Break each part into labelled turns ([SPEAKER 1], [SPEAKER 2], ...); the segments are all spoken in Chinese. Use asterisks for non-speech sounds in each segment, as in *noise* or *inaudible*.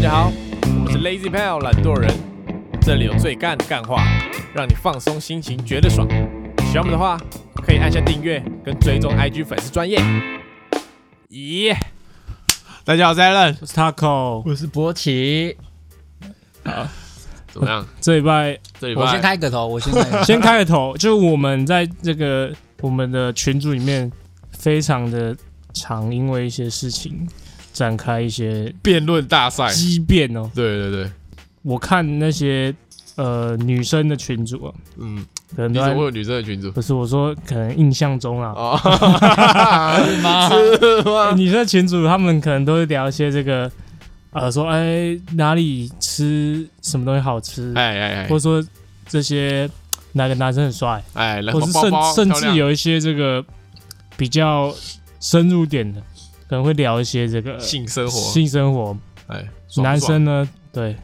[SPEAKER 1] 家好，
[SPEAKER 2] 嗯
[SPEAKER 1] 我是 Lazy Pal 懒惰人，这里有最干的干话，让你放松心情，觉得爽。喜欢我们的话，可以按下订阅跟追踪 IG 粉丝专业。咦、
[SPEAKER 2] 大家好，我是 Allen。
[SPEAKER 3] 我是 Taco，
[SPEAKER 4] 我是博奇，
[SPEAKER 1] 怎么样？
[SPEAKER 3] 这礼拜
[SPEAKER 1] 这礼
[SPEAKER 4] 我先
[SPEAKER 1] 拜
[SPEAKER 4] 开个头，我先开
[SPEAKER 3] *laughs*
[SPEAKER 4] 个头。
[SPEAKER 3] 先开个头，就是我们在这个我们的群组里面，非常的常因为一些事情展开一些
[SPEAKER 2] 辩论大赛，
[SPEAKER 3] 激辩哦。
[SPEAKER 2] 对对对，
[SPEAKER 3] 我看那些呃女生的群主啊，
[SPEAKER 2] 嗯，
[SPEAKER 3] 可能
[SPEAKER 2] 你
[SPEAKER 3] 都
[SPEAKER 2] 怎
[SPEAKER 3] 在
[SPEAKER 2] 么会有女生的群主？
[SPEAKER 3] 不是我说，可能印象中啊，哎
[SPEAKER 2] 哦，
[SPEAKER 1] *laughs*
[SPEAKER 4] 是吗？
[SPEAKER 3] 女生的群主他们可能都会聊一些这个呃说哎哪里吃什么东西好吃，
[SPEAKER 2] 哎哎哎
[SPEAKER 3] 或者说这些哪个男生很帅。
[SPEAKER 2] 哎，来
[SPEAKER 3] 或是
[SPEAKER 2] 包
[SPEAKER 3] 甚
[SPEAKER 2] 包
[SPEAKER 3] 甚
[SPEAKER 2] 漂
[SPEAKER 3] 至
[SPEAKER 2] 亮
[SPEAKER 3] 有一些这个比较深入点的，可能会聊一些这个
[SPEAKER 2] 性生活，
[SPEAKER 3] 性生活，
[SPEAKER 2] 哎，爽不爽
[SPEAKER 3] 男生呢，对，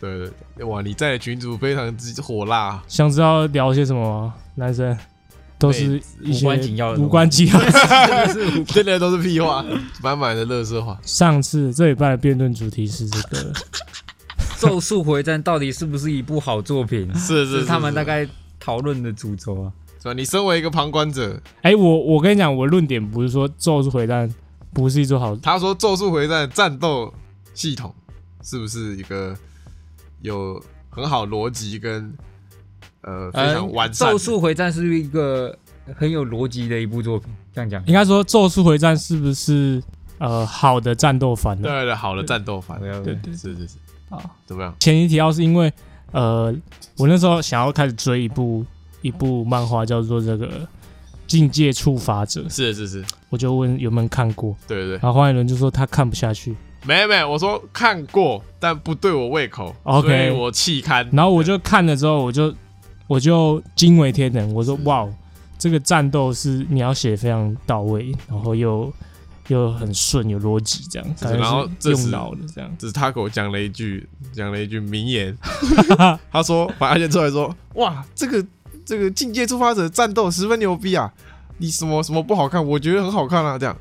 [SPEAKER 2] 对对对，哇，你在群主非常之火辣，
[SPEAKER 3] 想知道聊些什么，男生都是一些
[SPEAKER 4] 无关紧要的东西
[SPEAKER 3] 无关紧要的。
[SPEAKER 2] *laughs* 真的都是屁话，满满的乐色话。
[SPEAKER 3] *laughs* 上次这礼拜的辩论主题是这个，
[SPEAKER 4] 《咒术回战》到底是不是一部好作品？
[SPEAKER 2] 是
[SPEAKER 4] 这
[SPEAKER 2] 是
[SPEAKER 4] 是他们大概讨论的主轴啊。
[SPEAKER 2] 是吧？你身为一个旁观者，
[SPEAKER 3] 哎、我我跟你讲，我论点不是说《咒术回战》不是一座好，
[SPEAKER 2] 他说《咒术回战》战斗系统是不是一个有很好逻辑跟呃非常完善的？
[SPEAKER 4] 咒术回战》是一个很有逻辑的一部作品，这样讲
[SPEAKER 3] 应。该说《咒术回战》是不是呃好的战斗番
[SPEAKER 2] 对啊
[SPEAKER 3] 呢？
[SPEAKER 2] 对对，好的战斗法，
[SPEAKER 4] 对
[SPEAKER 3] 对对
[SPEAKER 2] 是是是，
[SPEAKER 3] 啊。
[SPEAKER 2] 怎么样？
[SPEAKER 3] 前提提到是因为，呃，我那时候想要开始追一部一部漫画，叫做这个《境界触发者》，
[SPEAKER 2] 是是是，
[SPEAKER 3] 我就问有没有人看过，
[SPEAKER 2] 对对对。
[SPEAKER 3] 然后黄一伦就说他看不下去，
[SPEAKER 2] 没有没有，我说看过，但不对我胃口
[SPEAKER 3] OK
[SPEAKER 2] 所以我弃刊。
[SPEAKER 3] 然后我就看了之后，我就我就惊为天人，我说哇，哦这个战斗是描写非常到位，然后又又很顺，有逻辑这样，
[SPEAKER 2] 是
[SPEAKER 3] 感
[SPEAKER 2] 然后
[SPEAKER 3] 觉
[SPEAKER 2] 这
[SPEAKER 3] 是
[SPEAKER 2] 时
[SPEAKER 3] 用脑的这样。
[SPEAKER 2] 只是他给我讲了一句，讲了一句名言，他说，把阿健出来说，哇，这个这个境界触发者战斗十分牛逼啊！你什么什么不好看，我觉得很好看啊，这样。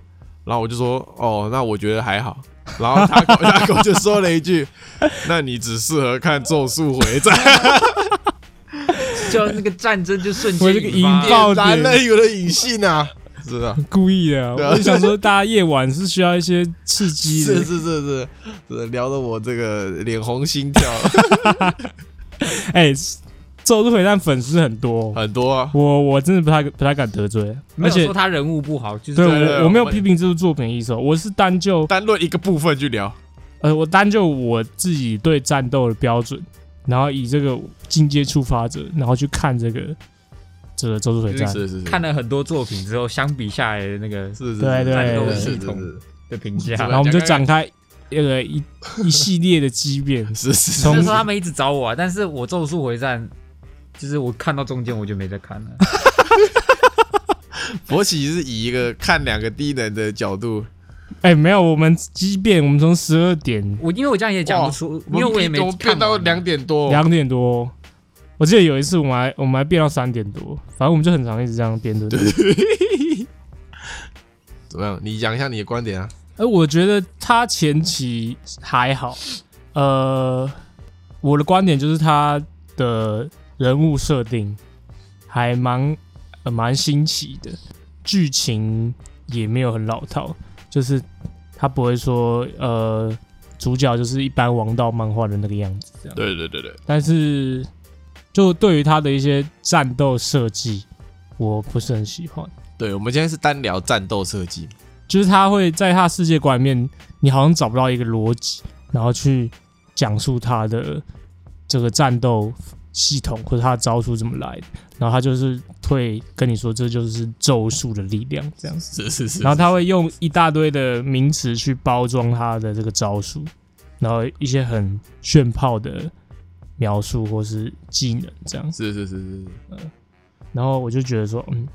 [SPEAKER 2] 然后我就说，哦，那我觉得还好。然后他他给我就说了一句，那你只适合看《咒术回战》
[SPEAKER 4] 就那个战争就瞬
[SPEAKER 3] 我
[SPEAKER 4] 间
[SPEAKER 3] 这个
[SPEAKER 4] 引发
[SPEAKER 3] 引爆，
[SPEAKER 2] 男
[SPEAKER 3] 点
[SPEAKER 2] 人有的隐性啊，是啊，
[SPEAKER 3] 故意的啊，
[SPEAKER 2] 对啊
[SPEAKER 3] 我就想说，大家夜晚是需要一些刺激的，
[SPEAKER 2] *laughs* 是是是是是，聊得我这个脸红心跳
[SPEAKER 3] 哎、咒术回战粉丝很多，
[SPEAKER 2] 很多啊。
[SPEAKER 3] *laughs* 我我真的不太不太敢得罪，
[SPEAKER 4] 没
[SPEAKER 3] 而
[SPEAKER 4] 有
[SPEAKER 3] 且
[SPEAKER 4] 说他人物不好，就是
[SPEAKER 3] 对
[SPEAKER 2] 对对
[SPEAKER 3] 我我没有
[SPEAKER 2] 我
[SPEAKER 3] 批评这部作品的意思哦，我是单就
[SPEAKER 2] 单论一个部分去聊，
[SPEAKER 3] 呃我单就我自己对战斗的标准，然后以这个进阶触发者，然后去看这个这个咒术回战，
[SPEAKER 2] 是是是，
[SPEAKER 4] 看了很多作品之后，相比下来的那个
[SPEAKER 2] 是是
[SPEAKER 3] 对对
[SPEAKER 4] 战斗
[SPEAKER 2] 是
[SPEAKER 4] 系
[SPEAKER 2] 是
[SPEAKER 4] 统
[SPEAKER 2] 是
[SPEAKER 4] 的评价，
[SPEAKER 3] 啊然后我们就展开那个一一系列的激辩，
[SPEAKER 2] 是是是，
[SPEAKER 3] 从
[SPEAKER 4] 那时候他们一直找我、啊，但是我《咒术回战》就是我看到中间我就没再看了。
[SPEAKER 2] 博奇是以一个看两个低能的角度，
[SPEAKER 3] 哎、没有，我们激辩，我们从十二点
[SPEAKER 4] 我因为我这样也讲不出，因为我也没
[SPEAKER 2] 我们
[SPEAKER 4] 看
[SPEAKER 2] 变
[SPEAKER 4] 完啊
[SPEAKER 2] 到两点
[SPEAKER 4] 哦
[SPEAKER 2] 多，
[SPEAKER 3] 两点多。哦我记得有一次，我们还我们还辩到三点多，反正我们就很常一直这样辩论。
[SPEAKER 2] 怎么样？你讲一下你的观点啊？
[SPEAKER 3] 哎，我觉得他前期还好，呃，我的观点就是他的人物设定还蛮、呃、蛮新奇的，剧情也没有很老套，就是他不会说呃主角就是一般王道漫画的那个样子这样，
[SPEAKER 2] 对对对对，
[SPEAKER 3] 但是就对于他的一些战斗设计，我不是很喜欢。
[SPEAKER 2] 对我们今天是单聊战斗设计，
[SPEAKER 3] 就是他会在他世界观里面，你好像找不到一个逻辑，然后去讲述他的这个战斗系统或者他的招数怎么来的，然后他就是会跟你说这就是咒术的力量这样子，
[SPEAKER 2] 是是是
[SPEAKER 3] 然后他会用一大堆的名词去包装他的这个招数，然后一些很炫炮的描述或是技能这样子，
[SPEAKER 2] 是是是是，
[SPEAKER 3] 然后我就觉得说，嗯，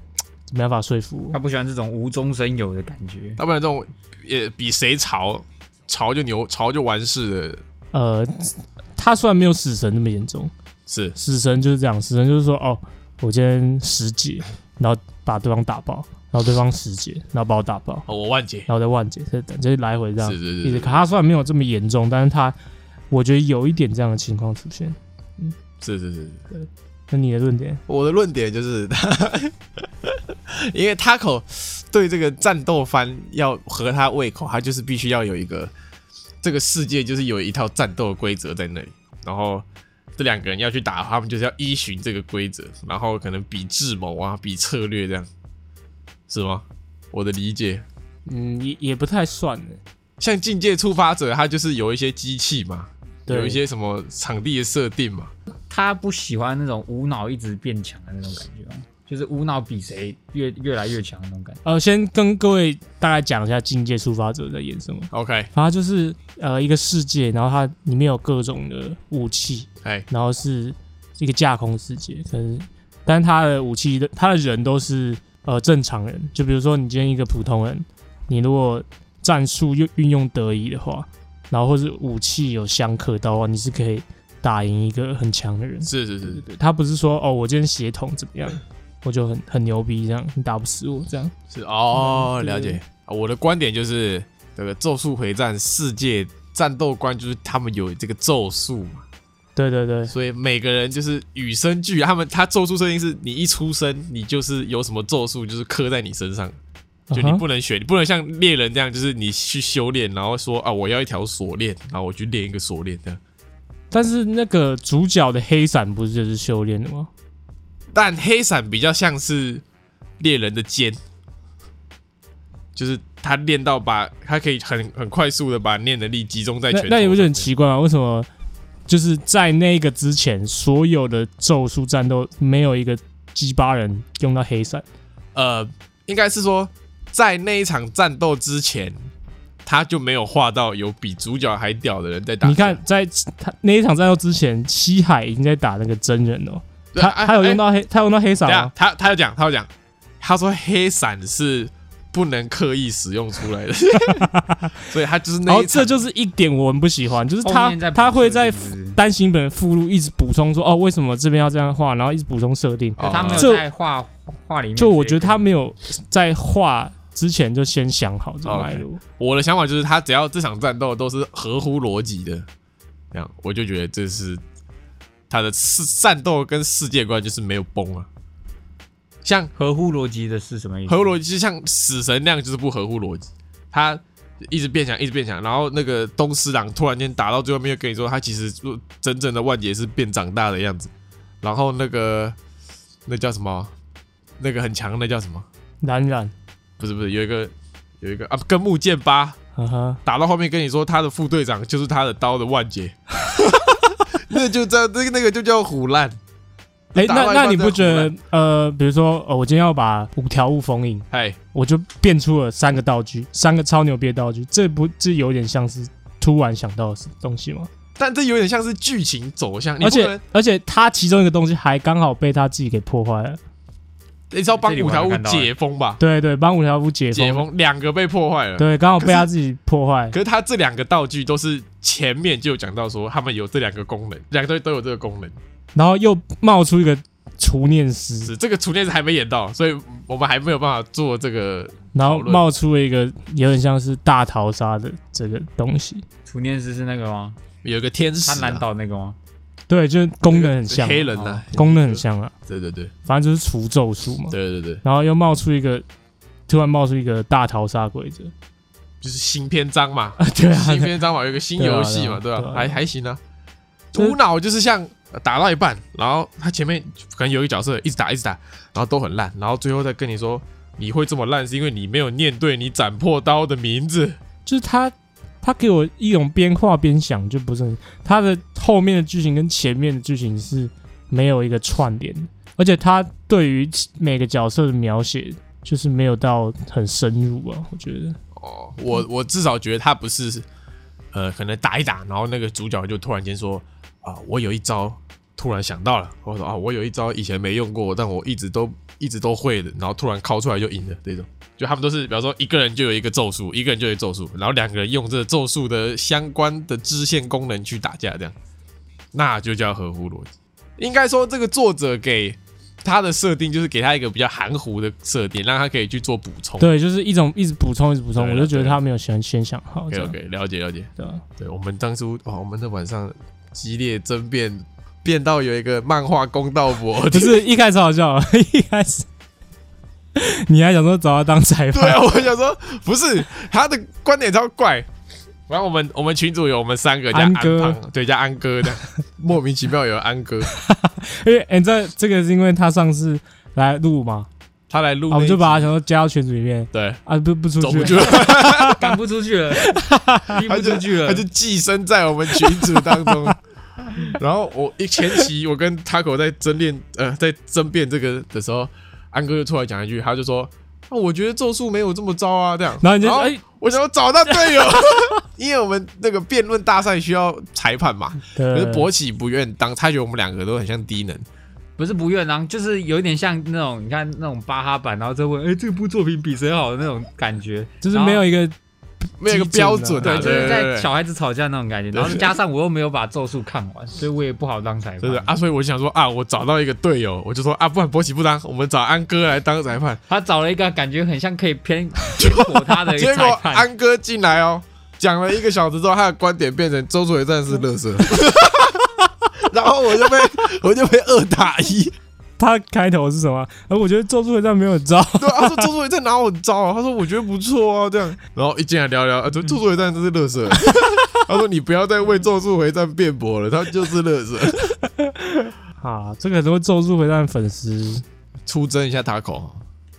[SPEAKER 3] 没办法说服我
[SPEAKER 4] 他。不喜欢这种无中生有的感觉。
[SPEAKER 2] 要不然这种也比谁潮潮就牛潮就完事的，
[SPEAKER 3] 呃，他虽然没有死神那么严重。
[SPEAKER 2] 是
[SPEAKER 3] 死神就是这样，死神就是说哦，我今天十级，然后把对方打爆，然后对方十节，然后把我打爆，
[SPEAKER 1] 哦，我万劫
[SPEAKER 3] 然，后再万节，再等，就是来回这样
[SPEAKER 1] 是。是
[SPEAKER 3] 一
[SPEAKER 1] 是
[SPEAKER 3] 直
[SPEAKER 1] 是，
[SPEAKER 3] 卡，他虽然没有这么严重，但是他我觉得有一点这样的情况出现。
[SPEAKER 1] 是是是，
[SPEAKER 3] 那你的论点？
[SPEAKER 2] 我的论点就是， *laughs* 因为 Taco 对这个战斗番要合他胃口，他就是必须要有一个这个世界就是有一套战斗规则在那里，然后这两个人要去打，他们就是要依循这个规则，然后可能比智谋啊，比策略这样，是吗？我的理解，
[SPEAKER 3] 嗯，也也不太算欸呢。
[SPEAKER 2] 像《境界触发者》，它就是有一些机器嘛，
[SPEAKER 3] 对
[SPEAKER 2] 有一些什么场地的设定嘛，
[SPEAKER 4] 他不喜欢那种无脑一直变强的那种感觉吗，就是无脑比谁越越来越强的那种感觉。
[SPEAKER 3] 呃，先跟各位大概讲一下《境界触发者》在演什么。
[SPEAKER 2] OK，
[SPEAKER 3] 反正就是呃一个世界，然后它里面有各种的武器，
[SPEAKER 2] 哎，
[SPEAKER 3] 然后是一个架空世界，可是但是它的武器的它的人都是呃正常人，就比如说你今天一个普通人，你如果战术又运用得宜的话，然后或是武器有相克到的话，你是可以打赢一个很强的人。
[SPEAKER 2] 是是是，
[SPEAKER 3] 对他不是说哦我今天血统怎
[SPEAKER 2] *laughs*
[SPEAKER 3] 么样，我就很很牛逼这样，你打不死我这样。
[SPEAKER 2] 是哦，
[SPEAKER 3] 嗯
[SPEAKER 2] 了解
[SPEAKER 3] 对。
[SPEAKER 2] 啊我的观点就是，这个《咒术回战》世界战斗观就是他们有这个咒术嘛，
[SPEAKER 3] 对对对，
[SPEAKER 2] 所以每个人就是与生俱来。他们他咒术设定是你一出生，你就是有什么咒术，就是刻在你身上，就你
[SPEAKER 3] 嗯哼
[SPEAKER 2] 不能学，你不能像猎人这样，就是你去修炼，然后说啊，我要一条锁链，然后我去练一个锁链这样。
[SPEAKER 3] 但是那个主角的黑伞不是就是修炼的吗？
[SPEAKER 2] 但黑伞比较像是猎人的剑，就是他练到把他可以很很快速的把念能力集中在
[SPEAKER 3] 那
[SPEAKER 2] 拳头上面。
[SPEAKER 3] 那你不觉得很奇怪吗？为什么就是在那个之前，所有的咒术战斗没有一个鸡巴人用到黑伞？
[SPEAKER 2] 呃，应该是说在那一场战斗之前，他就没有画到有比主角还屌的人在打。
[SPEAKER 3] 你看，，在他那一场战斗之前，西海已经在打那个真人了、
[SPEAKER 2] 对
[SPEAKER 3] 他
[SPEAKER 2] 哎
[SPEAKER 3] 他有用
[SPEAKER 2] 哎
[SPEAKER 3] 到黑，他有用到黑伞
[SPEAKER 2] 等一
[SPEAKER 3] 吗
[SPEAKER 2] 下？他他有讲，他有讲，他说黑伞是不能刻意使用出
[SPEAKER 3] *laughs*
[SPEAKER 2] 来的，所以他就是
[SPEAKER 3] 然
[SPEAKER 2] 那
[SPEAKER 3] 后
[SPEAKER 2] 一场
[SPEAKER 3] 这就是一点我们不喜欢，就是
[SPEAKER 4] 后
[SPEAKER 3] 他
[SPEAKER 4] 面再补
[SPEAKER 3] 他会在
[SPEAKER 4] 设定是不是
[SPEAKER 3] 单行本附录一直补充说哦，为什么这边要这样画，然后一直补充设定。
[SPEAKER 2] 哦
[SPEAKER 4] 他没有
[SPEAKER 3] 这
[SPEAKER 4] 在画画里面，
[SPEAKER 3] 就我觉得他没有在画之前就先想好
[SPEAKER 2] 哦
[SPEAKER 3] 这个脉络。
[SPEAKER 2] 我的想法就是，他只要这场战斗都是合乎逻辑的，这样我就觉得这是他的世战斗跟世界观就是没有崩啊。像呃
[SPEAKER 4] 合乎逻辑的是什么意思？
[SPEAKER 2] 合乎逻辑，就像死神那样就是不合乎逻辑，他一直变强，一直变强，然后那个东师郎突然间打到最后面，又跟你说他其实就真正的万劫是变长大的样子，然后那个那叫什么？那个很强，那叫什么？
[SPEAKER 3] 冉冉，
[SPEAKER 2] 不是不是，有一个有一个啊，跟木剑八。
[SPEAKER 3] 呵呵，
[SPEAKER 2] 打到后面跟你说他的副队长就是他的刀的万劫， *laughs* 那就叫那个那个就叫虎烂，
[SPEAKER 3] 哎、
[SPEAKER 2] 打
[SPEAKER 3] 那
[SPEAKER 2] 外
[SPEAKER 3] 那
[SPEAKER 2] 挂
[SPEAKER 3] 你
[SPEAKER 2] 再
[SPEAKER 3] 不
[SPEAKER 2] 胡
[SPEAKER 3] 觉得呃，比如说呃，我今天要把五条悟封印，
[SPEAKER 2] 哎，
[SPEAKER 3] 我就变出了三个道具，三个超牛逼的道具，这不这有点像是突然想到的东西吗？
[SPEAKER 2] 但这有点像是剧情走向，你
[SPEAKER 3] 而
[SPEAKER 2] 不可能
[SPEAKER 3] 且而且他其中一个东西还刚好被他自己给破坏了，
[SPEAKER 2] 你是要帮
[SPEAKER 4] 这里我
[SPEAKER 2] 五条
[SPEAKER 4] 还
[SPEAKER 2] 悟
[SPEAKER 4] 看到
[SPEAKER 2] 解封吧？
[SPEAKER 3] 对对，帮五条悟解封，
[SPEAKER 2] 解封两个被破坏了，
[SPEAKER 3] 对，刚好
[SPEAKER 2] 可
[SPEAKER 3] 被
[SPEAKER 2] 是
[SPEAKER 3] 他自己破坏
[SPEAKER 2] 可，是他这两个道具都是前面就有讲到说他们有这两个功能，两个都都有这个功能，
[SPEAKER 3] 然后又冒出一个除念师，
[SPEAKER 2] 是这个楚念是还没演到，所以我们还没有办法做这个
[SPEAKER 3] 然后
[SPEAKER 2] 讨论
[SPEAKER 3] 冒出了一个有点像是大逃杀的这个东西，
[SPEAKER 4] 楚念师是那个吗？
[SPEAKER 2] 有一个天使、
[SPEAKER 4] 贪
[SPEAKER 2] 啊，
[SPEAKER 4] 婪岛那个吗？
[SPEAKER 3] 对，就是功能很像，啊
[SPEAKER 2] 黑人呐、
[SPEAKER 3] 功能很像啊，
[SPEAKER 2] 对对对
[SPEAKER 3] 反正就是除咒术嘛，
[SPEAKER 2] 对对对，
[SPEAKER 3] 然后又冒出一个，突然冒出一个大逃杀规则，
[SPEAKER 2] 就是新篇章嘛，
[SPEAKER 3] *laughs* 对啊，
[SPEAKER 2] 新篇章嘛，有一个新游戏嘛，对
[SPEAKER 3] 对啊
[SPEAKER 2] 吧、
[SPEAKER 3] 对啊
[SPEAKER 2] 还还行啊。
[SPEAKER 3] 就是
[SPEAKER 2] 无脑就是像呃打到一半，然后他前面可能有一个角色一直打一直打，然后都很烂，然后最后再跟你说你会这么烂是因为你没有念对你斩破刀的名字。
[SPEAKER 3] 就是他他给我一种边画边想，就不是很他的后面的剧情跟前面的剧情是没有一个串联的，而且他对于每个角色的描写就是没有到很深入啊，我觉得。
[SPEAKER 2] 哦，我我至少觉得他不是，呃，可能打一打，然后那个主角就突然间说啊，我有一招突然想到了，或者说啊，我有一招以前没用过，但我一直都一直都会的，然后突然敲出来就赢了这种。就他们都是，比方说一个人就有一个咒术，一个人就有一个咒术，然后两个人用这个咒术的相关的支线功能去打架，这样，那就叫合乎逻辑。应该说，这个作者给他的设定就是给他一个比较含糊的设定，让他可以去做补充。
[SPEAKER 3] 对，就是一种一直补充，一直补充，
[SPEAKER 2] 对
[SPEAKER 3] 我
[SPEAKER 2] 了
[SPEAKER 3] 就觉得他没有先先想好这
[SPEAKER 2] ，OK
[SPEAKER 3] 样，
[SPEAKER 2] OK，了解了解。
[SPEAKER 3] 对啊，
[SPEAKER 2] 对我们当初哇，我们的晚上激烈争辩，辩到有一个漫画公道博，
[SPEAKER 3] *laughs* 不是一开始好笑，一开始你还想说找他当裁
[SPEAKER 2] 对
[SPEAKER 3] 判， *laughs*
[SPEAKER 2] 啊，我想说不是他的观点超怪。然后我们我们群主有我们三个加
[SPEAKER 3] 安
[SPEAKER 2] 安
[SPEAKER 3] 哥
[SPEAKER 2] 胖，对加安哥
[SPEAKER 3] *laughs*
[SPEAKER 2] 的，莫名其妙有安哥，
[SPEAKER 3] 因为哎、这这个是因为他上次来录嘛，
[SPEAKER 2] 他来录
[SPEAKER 3] 啊，
[SPEAKER 2] 那
[SPEAKER 3] 我
[SPEAKER 2] 一集，
[SPEAKER 3] 们就把他想说加到群组里面
[SPEAKER 2] 对
[SPEAKER 3] 啊，不不出
[SPEAKER 2] 走不出
[SPEAKER 3] 去，
[SPEAKER 2] 来，
[SPEAKER 4] 赶不出去
[SPEAKER 2] *laughs*
[SPEAKER 4] 了，逼不出去了
[SPEAKER 2] 他，就寄生在我们群组当中。然后我一前期我跟 Taco 在争辩，呃，在争辩这个的时候，安哥就突然讲一句，他就说：“啊，我觉得咒术没有这么糟啊。”这样，
[SPEAKER 3] 然后你就
[SPEAKER 2] 然
[SPEAKER 3] 哎、
[SPEAKER 2] 我想要找到队友， *laughs* 因为我们那个辩论大赛需要裁判
[SPEAKER 4] *laughs*
[SPEAKER 2] 嘛。可是
[SPEAKER 3] 对，
[SPEAKER 2] 博起不愿当，他觉得我们两个都很像低能。
[SPEAKER 4] 不是不愿啊，就是有点像那种你看那种巴哈版，然后再问，哎，这部作品比谁好的那种感觉，
[SPEAKER 3] 就是没有一个
[SPEAKER 2] 没有一个标准、啊，
[SPEAKER 4] 然
[SPEAKER 2] 对，
[SPEAKER 4] 后。对，就是在小孩子吵架那种感觉，
[SPEAKER 2] 对
[SPEAKER 4] 然后加上我又没有把咒术看完，所以我也不好当裁
[SPEAKER 2] 对对
[SPEAKER 4] 判。
[SPEAKER 2] 啊，所以我想说啊，我找到一个队友，我就说啊，不然博起不当，我们找安哥来当裁判。
[SPEAKER 4] 他找了一个感觉很像可以偏
[SPEAKER 2] *laughs*
[SPEAKER 4] 偏颇他的一
[SPEAKER 2] 结
[SPEAKER 4] 个
[SPEAKER 2] 果
[SPEAKER 4] 裁判，
[SPEAKER 2] 安哥进来哦，讲了一个小时之后，他的观点变成周楚伟战士乐色，
[SPEAKER 4] *laughs*
[SPEAKER 2] 然后我就被我就被二打一。
[SPEAKER 3] 他开头是什么？而我觉得咒术回战没有
[SPEAKER 2] *laughs*
[SPEAKER 3] 招，
[SPEAKER 2] 对，啊他说周楚伟在拿我招、啊，他说我觉得不错啊，这样。然后一进来聊聊，啊，周周楚伟战士是乐色。他说：“你不要再为《咒术回战》辩驳了，他就是乐色。
[SPEAKER 3] 啊，这个很多咒术回战粉丝，
[SPEAKER 2] 出征一下塔口，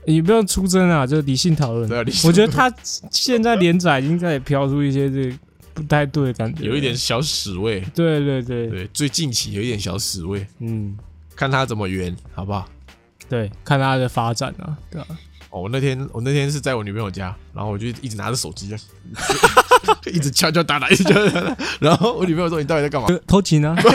[SPEAKER 3] 你不用出征啊，就理性讨论。
[SPEAKER 2] 对啊理性
[SPEAKER 3] 我觉得他现在连载已经开始飘出一些这不太对的感觉，
[SPEAKER 2] 有一点。小屎味。
[SPEAKER 3] 对对对，
[SPEAKER 2] 对，最近期有一点小屎味，
[SPEAKER 3] 嗯，
[SPEAKER 2] 看他怎么圆，好不好？
[SPEAKER 3] 对，看他的发展啊，
[SPEAKER 2] *laughs*
[SPEAKER 3] 对啊，
[SPEAKER 2] 哦，我那天我那天是在我女朋友家，然后我就一直拿着手机这样， *laughs* 一直敲敲打打，一直敲敲打打。然后我女朋友说：“你到底在干嘛
[SPEAKER 3] 就偷情啊，？”
[SPEAKER 2] *laughs*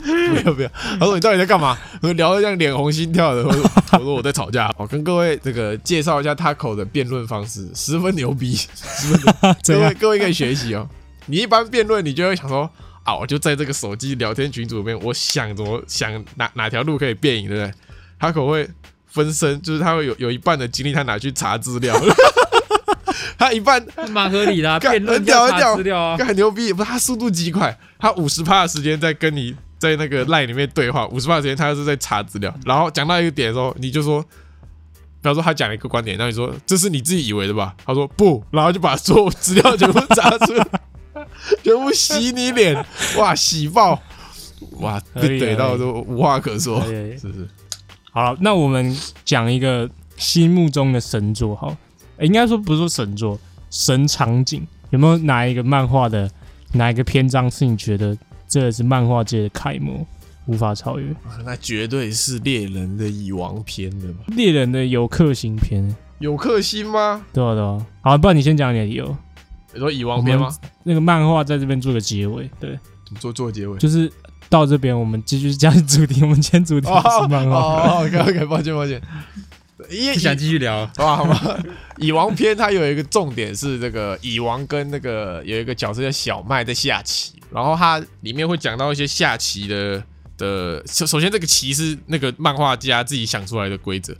[SPEAKER 2] 没有没有，她说：“你到底在干嘛？”我聊得像脸红心跳的。我说：“我说我在吵架。”我跟各位这个介绍一下 Taco 的辩论方式，十分牛逼，十分牛逼
[SPEAKER 3] *laughs* 怎
[SPEAKER 2] 各位
[SPEAKER 3] 样？
[SPEAKER 2] 各位可以学习哦。你一般辩论，你就会想说。啊！我就在这个手机聊天群组里面，我想怎么想哪哪条路可以辩赢，对不对？他可能会分身，就是他会有有一半的精力，他拿去查资料， *laughs* 他一半
[SPEAKER 4] 蛮合理的啊，
[SPEAKER 2] 干
[SPEAKER 4] 辩论
[SPEAKER 2] 很屌
[SPEAKER 4] 调
[SPEAKER 2] 很屌
[SPEAKER 4] 查资料啊，
[SPEAKER 2] *laughs* 干很牛逼，不是他速度极快，他五十趴的时间在跟你在那个 line 里面对话，五十趴的时间他是在查资料，然后讲到一个点的时候，你就说，比方说他讲了一个观点，然后你说这是你自己以为的吧？他说不，然后就把所有资料全部查出来， *laughs* 全部洗你脸，哇，洗爆，哇，
[SPEAKER 3] 合理
[SPEAKER 2] 被怼到
[SPEAKER 3] 合理
[SPEAKER 2] 都无话可说，
[SPEAKER 3] 对
[SPEAKER 2] 是不是？
[SPEAKER 3] 好了，那我们讲一个心目中的神作，好，诶应该说不是说神作，神场景，有没有哪一个漫画的哪一个篇章是你觉得这是漫画界的楷模，无法超越？
[SPEAKER 2] 那绝对是猎人的蚁王篇的吧？
[SPEAKER 3] 猎人的游客行篇，
[SPEAKER 2] 有克星吗？
[SPEAKER 3] 对啊对啊，好，不然你先讲你的理由。
[SPEAKER 2] 你说蚁王篇吗？
[SPEAKER 3] 那个漫画在这边做个结尾，对，
[SPEAKER 2] 怎么做做结尾？
[SPEAKER 3] 就是到这边我们继续讲主题，我们今天主题是漫画，
[SPEAKER 2] 哦，OK OK，抱歉抱歉。因为
[SPEAKER 4] 不想继续聊，
[SPEAKER 2] 哇，好吧，蚁王篇它有一个重点是这个蚁王跟那个有一个角色叫小麦在下棋，然后它里面会讲到一些下棋的的，首首先这个棋是那个漫画家自己想出来的规则，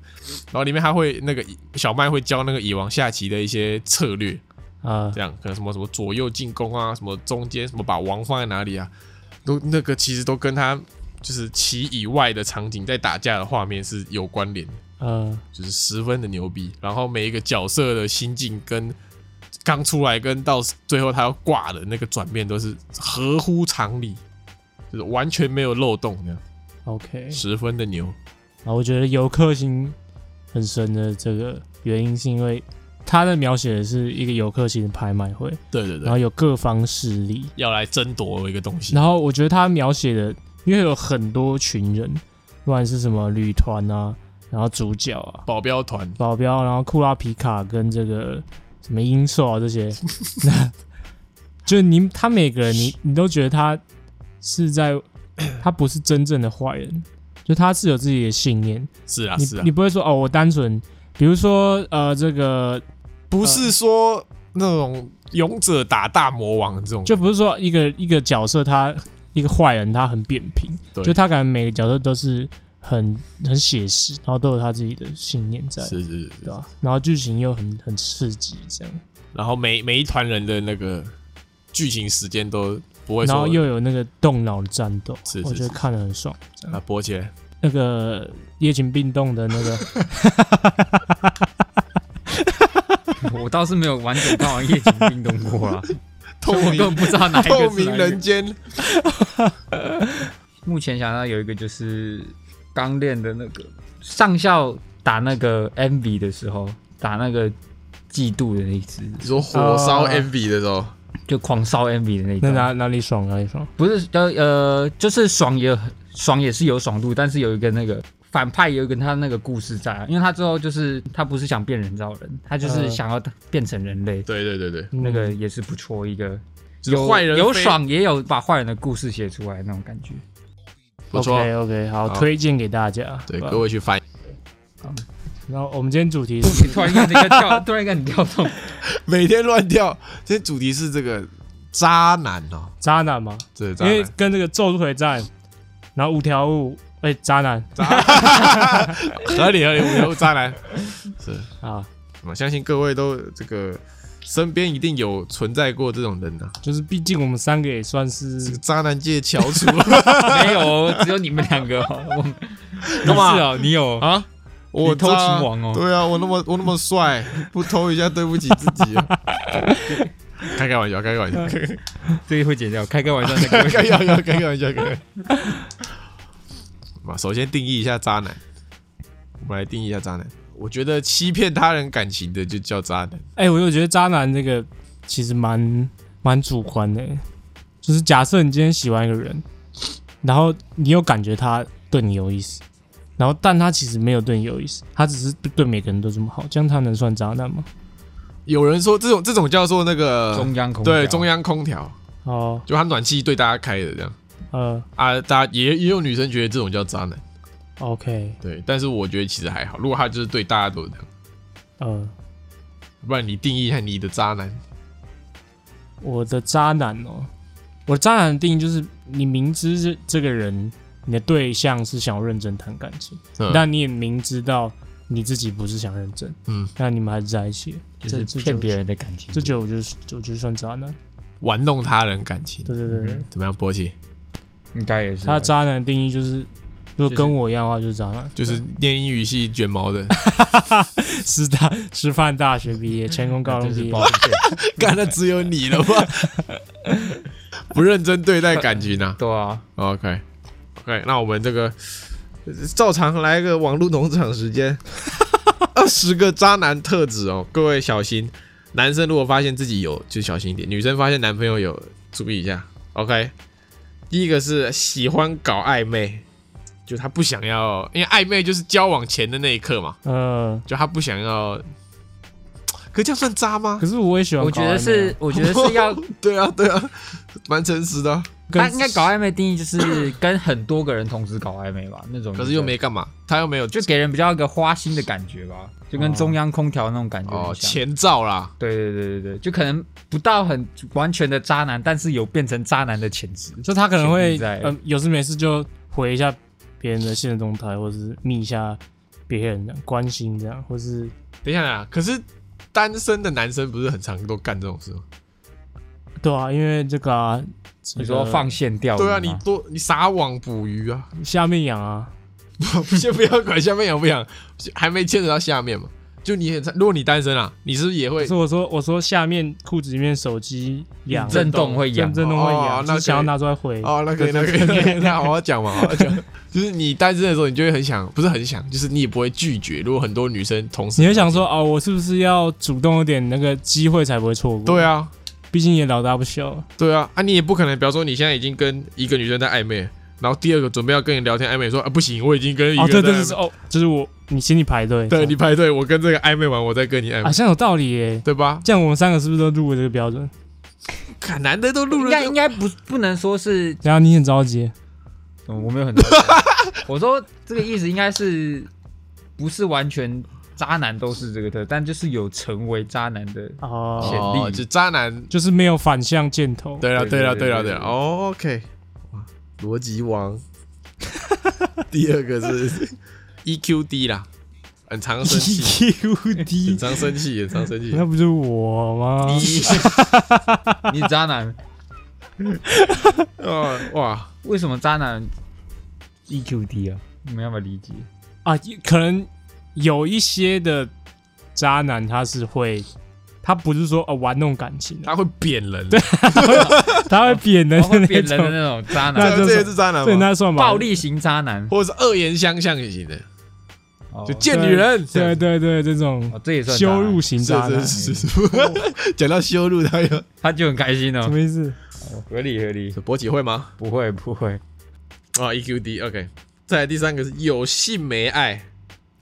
[SPEAKER 2] 然后里面他会那个蚁小麦会教那个蚁王下棋的一些策略，
[SPEAKER 3] 啊，
[SPEAKER 2] 这样可能什么什么左右进攻啊，什么中间什么把王放在哪里啊，都那个其实都跟他就是棋以外的场景在打架的画面是有关联的，
[SPEAKER 3] 呃，
[SPEAKER 2] 就是十分的牛逼。然后每一个角色的心境跟刚出来跟到最后他要挂的那个转变都是合乎常理，就是完全没有漏洞的，
[SPEAKER 3] OK，
[SPEAKER 2] 十分的牛。
[SPEAKER 3] 啊，我觉得游客星很深的这个原因是因为他的描写的是一个游客星的拍卖会，
[SPEAKER 2] 对对
[SPEAKER 3] 然
[SPEAKER 2] 对
[SPEAKER 3] 后，有各方势力，
[SPEAKER 2] 要来争夺一个东西。
[SPEAKER 3] 然后我觉得他描写的，因为有很多群人，不管是什么旅团啊，然后主角啊，
[SPEAKER 2] 保镖团
[SPEAKER 3] 保镖，啊然后库拉皮卡跟这个什么鹰兽啊这些， *laughs* 那就你他每个人你你都觉得他是在， *clears throat* 他不是真正的坏人，就他是有自己的信念，
[SPEAKER 2] 是啊
[SPEAKER 3] 你
[SPEAKER 2] 是啊
[SPEAKER 3] 你，不会说哦我单纯，比如说呃这个
[SPEAKER 2] 不是说那种勇者打大魔王这种，
[SPEAKER 3] 就不是说一个一个角色他一个坏人他很扁平，
[SPEAKER 1] 对
[SPEAKER 3] 就他感觉每个角色都是很很写实，然后都有他自己的信念在，
[SPEAKER 1] 是是是，
[SPEAKER 3] 对吧、然后剧情又很很刺激，这样，
[SPEAKER 1] 然后每每一团人的那个剧情时间都不会
[SPEAKER 3] 然后
[SPEAKER 1] 说
[SPEAKER 3] 又有那个动脑的战斗，
[SPEAKER 1] 是是
[SPEAKER 3] 我觉
[SPEAKER 1] 是
[SPEAKER 3] 得看得很爽。这样
[SPEAKER 1] 啊，波姐，
[SPEAKER 3] 那个夜勤病动的那
[SPEAKER 2] *laughs*
[SPEAKER 3] 个
[SPEAKER 4] *laughs* 我倒是没有完整看完夜景冰冻过啦，
[SPEAKER 2] *laughs* 透
[SPEAKER 4] 我根本
[SPEAKER 1] *laughs*
[SPEAKER 2] 明
[SPEAKER 4] 不知道哪一个是哪
[SPEAKER 2] 透
[SPEAKER 4] 一个
[SPEAKER 2] 明人间，
[SPEAKER 4] 目前想到有一个就是刚练的那个上校打那个 Envy 的时候，打那个嫉妒的那一只，
[SPEAKER 2] 你说火烧
[SPEAKER 3] 啊
[SPEAKER 2] envy 的时候，
[SPEAKER 4] 就狂烧 Envy 的那一
[SPEAKER 3] 那
[SPEAKER 4] 只。
[SPEAKER 3] 哪哪里爽哪里爽，
[SPEAKER 4] 不是呃呃，就是爽也很爽也是有爽度，但是有一个那个反派有一个他那个故事在啊，因为他最后就是他不是想变人造人，他就是
[SPEAKER 3] 呃
[SPEAKER 4] 想要变成人类，
[SPEAKER 2] 嗯对对对对，
[SPEAKER 4] 那个
[SPEAKER 3] 嗯
[SPEAKER 4] 也是不错一个。
[SPEAKER 2] 就是
[SPEAKER 4] 有
[SPEAKER 2] 坏人
[SPEAKER 4] 有
[SPEAKER 2] 非
[SPEAKER 4] 爽，也有把坏人的故事写出来那种
[SPEAKER 2] *laughs*
[SPEAKER 4] 感觉。
[SPEAKER 2] 不错啊
[SPEAKER 3] OK OK，好，
[SPEAKER 2] 好
[SPEAKER 3] 推荐给大家。
[SPEAKER 2] 对
[SPEAKER 3] 好吧
[SPEAKER 2] 各位去翻，
[SPEAKER 3] 然后我们今天主题是
[SPEAKER 4] 突然间一个跳， *laughs* 突然间你跳动，
[SPEAKER 2] *laughs* 每天乱跳。今天主题是这个渣男哦，
[SPEAKER 3] 渣男嘛，
[SPEAKER 2] 这个渣
[SPEAKER 3] 因为
[SPEAKER 2] 男，
[SPEAKER 3] 跟这个《咒术回战》，然后五条悟，哎、渣男
[SPEAKER 1] 合理合理，无渣男，
[SPEAKER 3] 啊，
[SPEAKER 2] *laughs* 我相信各位都这个身边一定有存在过这种人呐、
[SPEAKER 3] 就是毕竟我们三个也算
[SPEAKER 2] 这个
[SPEAKER 3] 是，
[SPEAKER 2] 渣男界翘楚
[SPEAKER 4] 没有，只有你们两个、哦。我
[SPEAKER 2] *laughs* 干嘛
[SPEAKER 4] 你是哦，你有
[SPEAKER 2] 啊！我
[SPEAKER 4] 你偷
[SPEAKER 2] 渣
[SPEAKER 4] 情王哦
[SPEAKER 2] 对啊，我那么我那么
[SPEAKER 4] *laughs*
[SPEAKER 2] 帅，不偷一下对不起自己、啊。开开玩笑，开开玩笑，
[SPEAKER 4] *laughs* 这个会剪掉，开个玩笑，那个
[SPEAKER 2] 开开玩笑，开开玩笑，开开玩笑。嘛，首先定义一下渣男，我们来定义一下渣男。我觉得欺骗他人感情的就叫渣男。
[SPEAKER 3] 哎、我就觉得渣男这个其实蛮蛮主观的、欸就是假设你今天喜欢一个人，然后你有感觉他对你有意思，然后但他其实没有对你有意思，他只是对每个人都这么好，这样他能算渣男吗？
[SPEAKER 2] 有人说这种这种叫做那 *laughs* 个
[SPEAKER 4] 中央空调
[SPEAKER 2] 对中央空调，
[SPEAKER 3] 哦，
[SPEAKER 2] 就他暖气对大家开的这样
[SPEAKER 3] 呃
[SPEAKER 2] 啊。大家也也有女生觉得这种叫渣男，
[SPEAKER 3] ，OK，
[SPEAKER 2] 对，但是我觉得其实还好。如果他就是对大家都这样，
[SPEAKER 3] 呃，
[SPEAKER 2] 不然你定义一下你的渣男。
[SPEAKER 3] 我的渣男哦，我的渣男的定义就是你明知这这个人，你的对象是想要认真谈感情，
[SPEAKER 2] 嗯
[SPEAKER 3] 但你也明知道你自己不是想认真，
[SPEAKER 2] 嗯，
[SPEAKER 3] 那你们还是在一起了，
[SPEAKER 4] 就是骗别人的感情。
[SPEAKER 3] 这就我就是我就算渣男，
[SPEAKER 2] 玩弄他人感情，
[SPEAKER 3] 对对对对，
[SPEAKER 2] 怎么样？波奇
[SPEAKER 4] 应该也是
[SPEAKER 3] 他的渣男的定义就是。如果跟我一样的话，就是渣男。
[SPEAKER 2] 就是念英语系卷毛的，
[SPEAKER 3] *laughs*
[SPEAKER 2] *laughs*
[SPEAKER 3] 师大师范大学
[SPEAKER 2] *laughs*
[SPEAKER 3] 毕业，成功高中毕业，
[SPEAKER 2] 干那只有你了吧？ *laughs* 不认真对待感情啊。
[SPEAKER 4] 对啊，
[SPEAKER 2] OK OK，那我们这个呃照常来个网络农场时间，二十个渣男特质哦，各位小心。男生如果发现自己有，就小心一点；女生发现男朋友有，注意一下。OK，第一个是喜欢搞暧昧，就他不想要，因为暧昧就是交往前的那一刻嘛，
[SPEAKER 3] 呃，
[SPEAKER 2] 就他不想要。可这样算渣吗
[SPEAKER 3] *laughs* 可？是我也喜欢
[SPEAKER 4] 我
[SPEAKER 3] 搞暧
[SPEAKER 4] 觉
[SPEAKER 3] 昧啊。
[SPEAKER 4] 得是，我觉得
[SPEAKER 3] *laughs*
[SPEAKER 4] 是要，
[SPEAKER 2] 对啊，对啊，蛮诚实的啊、
[SPEAKER 3] 跟
[SPEAKER 4] 他应该搞暧昧定义就是跟很多个人同时搞暧昧吧，那种。
[SPEAKER 2] 可是又没干嘛，他又没有
[SPEAKER 4] 就给人比较一个花心的感觉吧，就
[SPEAKER 3] 哦
[SPEAKER 4] 跟中央空调那种感觉
[SPEAKER 2] 哦
[SPEAKER 4] 很像
[SPEAKER 2] 前兆啦。
[SPEAKER 4] 对对对对对，就可能不到很完全的渣男，但是有变成渣男的潜质。
[SPEAKER 3] 就他可能会
[SPEAKER 4] 潜力在
[SPEAKER 3] 嗯、有事没事就回一下别人的现实动态，或者是密一下别人这样关心这样，或是
[SPEAKER 2] 等一下啊，可是单身的男生不是很常都干这种事吗？
[SPEAKER 3] 对啊，因为这个、啊、
[SPEAKER 4] 你说放线钓鱼吗？
[SPEAKER 2] 对啊，你多你撒网捕鱼啊， *laughs*
[SPEAKER 3] 下面痒啊，
[SPEAKER 2] 先不要管下面痒不痒，还没牵扯到下面嘛。就你很常，如果你单身啊，你是不是也
[SPEAKER 3] 可
[SPEAKER 2] 会
[SPEAKER 3] 是？我说我说下面裤子里面手机痒啊，
[SPEAKER 4] 震动会痒
[SPEAKER 3] 震，震动会
[SPEAKER 2] 哦
[SPEAKER 3] 痒，就是
[SPEAKER 2] 那
[SPEAKER 3] 想要
[SPEAKER 2] 可以
[SPEAKER 3] 拿出来回。
[SPEAKER 2] 哦，那可以，那可以，那可以那好好讲嘛，好好讲。就是你单身的时候，你就会很想，不是很想，就是你也不会拒绝。如果很多女生同时，
[SPEAKER 3] 你会想说，哦，我是不是要主动一点，那个机会才不会错过？
[SPEAKER 2] 对，啊，
[SPEAKER 3] 毕竟也老大不小了。
[SPEAKER 2] 对啊，啊，你也不可能，比方说你现在已经跟一个女生在暧昧，然后第二个准备要跟你聊天暧昧，说啊不行，我已经跟一个
[SPEAKER 3] 哦，对
[SPEAKER 2] 在
[SPEAKER 3] 对
[SPEAKER 2] 暧
[SPEAKER 3] 对，
[SPEAKER 2] 昧
[SPEAKER 3] 是哦，就是我，你请你排队。
[SPEAKER 2] 对你排队，我跟这个暧昧完，我再跟你暧
[SPEAKER 3] 好
[SPEAKER 2] 昧，
[SPEAKER 3] 像有道理耶。
[SPEAKER 2] 对吧？
[SPEAKER 3] 这样我们三个是不是都入了这个标准？
[SPEAKER 2] 看男的都录
[SPEAKER 4] 应
[SPEAKER 2] 了
[SPEAKER 4] 该应该不不能说是，
[SPEAKER 3] 然后你很着急，
[SPEAKER 4] 嗯我没有很多钱，我说这个意思应该是不是完全渣男都是这个特，但就是有成为渣男的。
[SPEAKER 3] 哦
[SPEAKER 4] 潜力
[SPEAKER 2] 哦就渣男。
[SPEAKER 3] 就是没有反向箭头。
[SPEAKER 2] 对了，
[SPEAKER 4] 对
[SPEAKER 2] 对了，
[SPEAKER 4] 对
[SPEAKER 2] 对了，
[SPEAKER 4] 对
[SPEAKER 2] 对
[SPEAKER 4] 对
[SPEAKER 2] 了。哦 OK，哇，逻辑王，第二个是 EQD 啦，很常生气，很
[SPEAKER 3] EQD，
[SPEAKER 2] 常生气，很常生气。
[SPEAKER 3] 那不是我吗？
[SPEAKER 4] 你渣男，
[SPEAKER 2] 啊哇，
[SPEAKER 4] 为什么渣男 EQ 低啊？你们要不要理解？
[SPEAKER 3] 啊，可能有一些的渣男他是会，他不是说哦玩弄感情的，
[SPEAKER 2] 他会扁人，对，
[SPEAKER 3] 他会扁人的
[SPEAKER 4] 然后啊哦会
[SPEAKER 3] 那
[SPEAKER 4] 扁人的
[SPEAKER 3] 种，
[SPEAKER 4] 那种
[SPEAKER 2] *laughs*
[SPEAKER 4] 渣
[SPEAKER 3] 那
[SPEAKER 4] 男，
[SPEAKER 3] 就
[SPEAKER 2] 这
[SPEAKER 3] 是
[SPEAKER 2] 也是渣男
[SPEAKER 3] *laughs* 对，
[SPEAKER 2] 吗？
[SPEAKER 3] 那算吧。
[SPEAKER 4] 暴力型渣男，
[SPEAKER 2] 或者是恶言相向型的，
[SPEAKER 4] 哦
[SPEAKER 2] 就贱女人。
[SPEAKER 3] 对对对，这种
[SPEAKER 4] 哦，这也算渣
[SPEAKER 3] 羞
[SPEAKER 4] 男
[SPEAKER 3] 辱，型
[SPEAKER 2] 是
[SPEAKER 3] 渣男
[SPEAKER 2] 是，是是，是 *laughs* 讲到羞辱，他有
[SPEAKER 4] 他就很开心
[SPEAKER 3] 什
[SPEAKER 4] 哦，
[SPEAKER 3] 么意思？
[SPEAKER 4] 合理合理，
[SPEAKER 2] 博起会吗？
[SPEAKER 4] 不会不会，
[SPEAKER 2] 啊，EQD OK。再来第三个是有性没爱，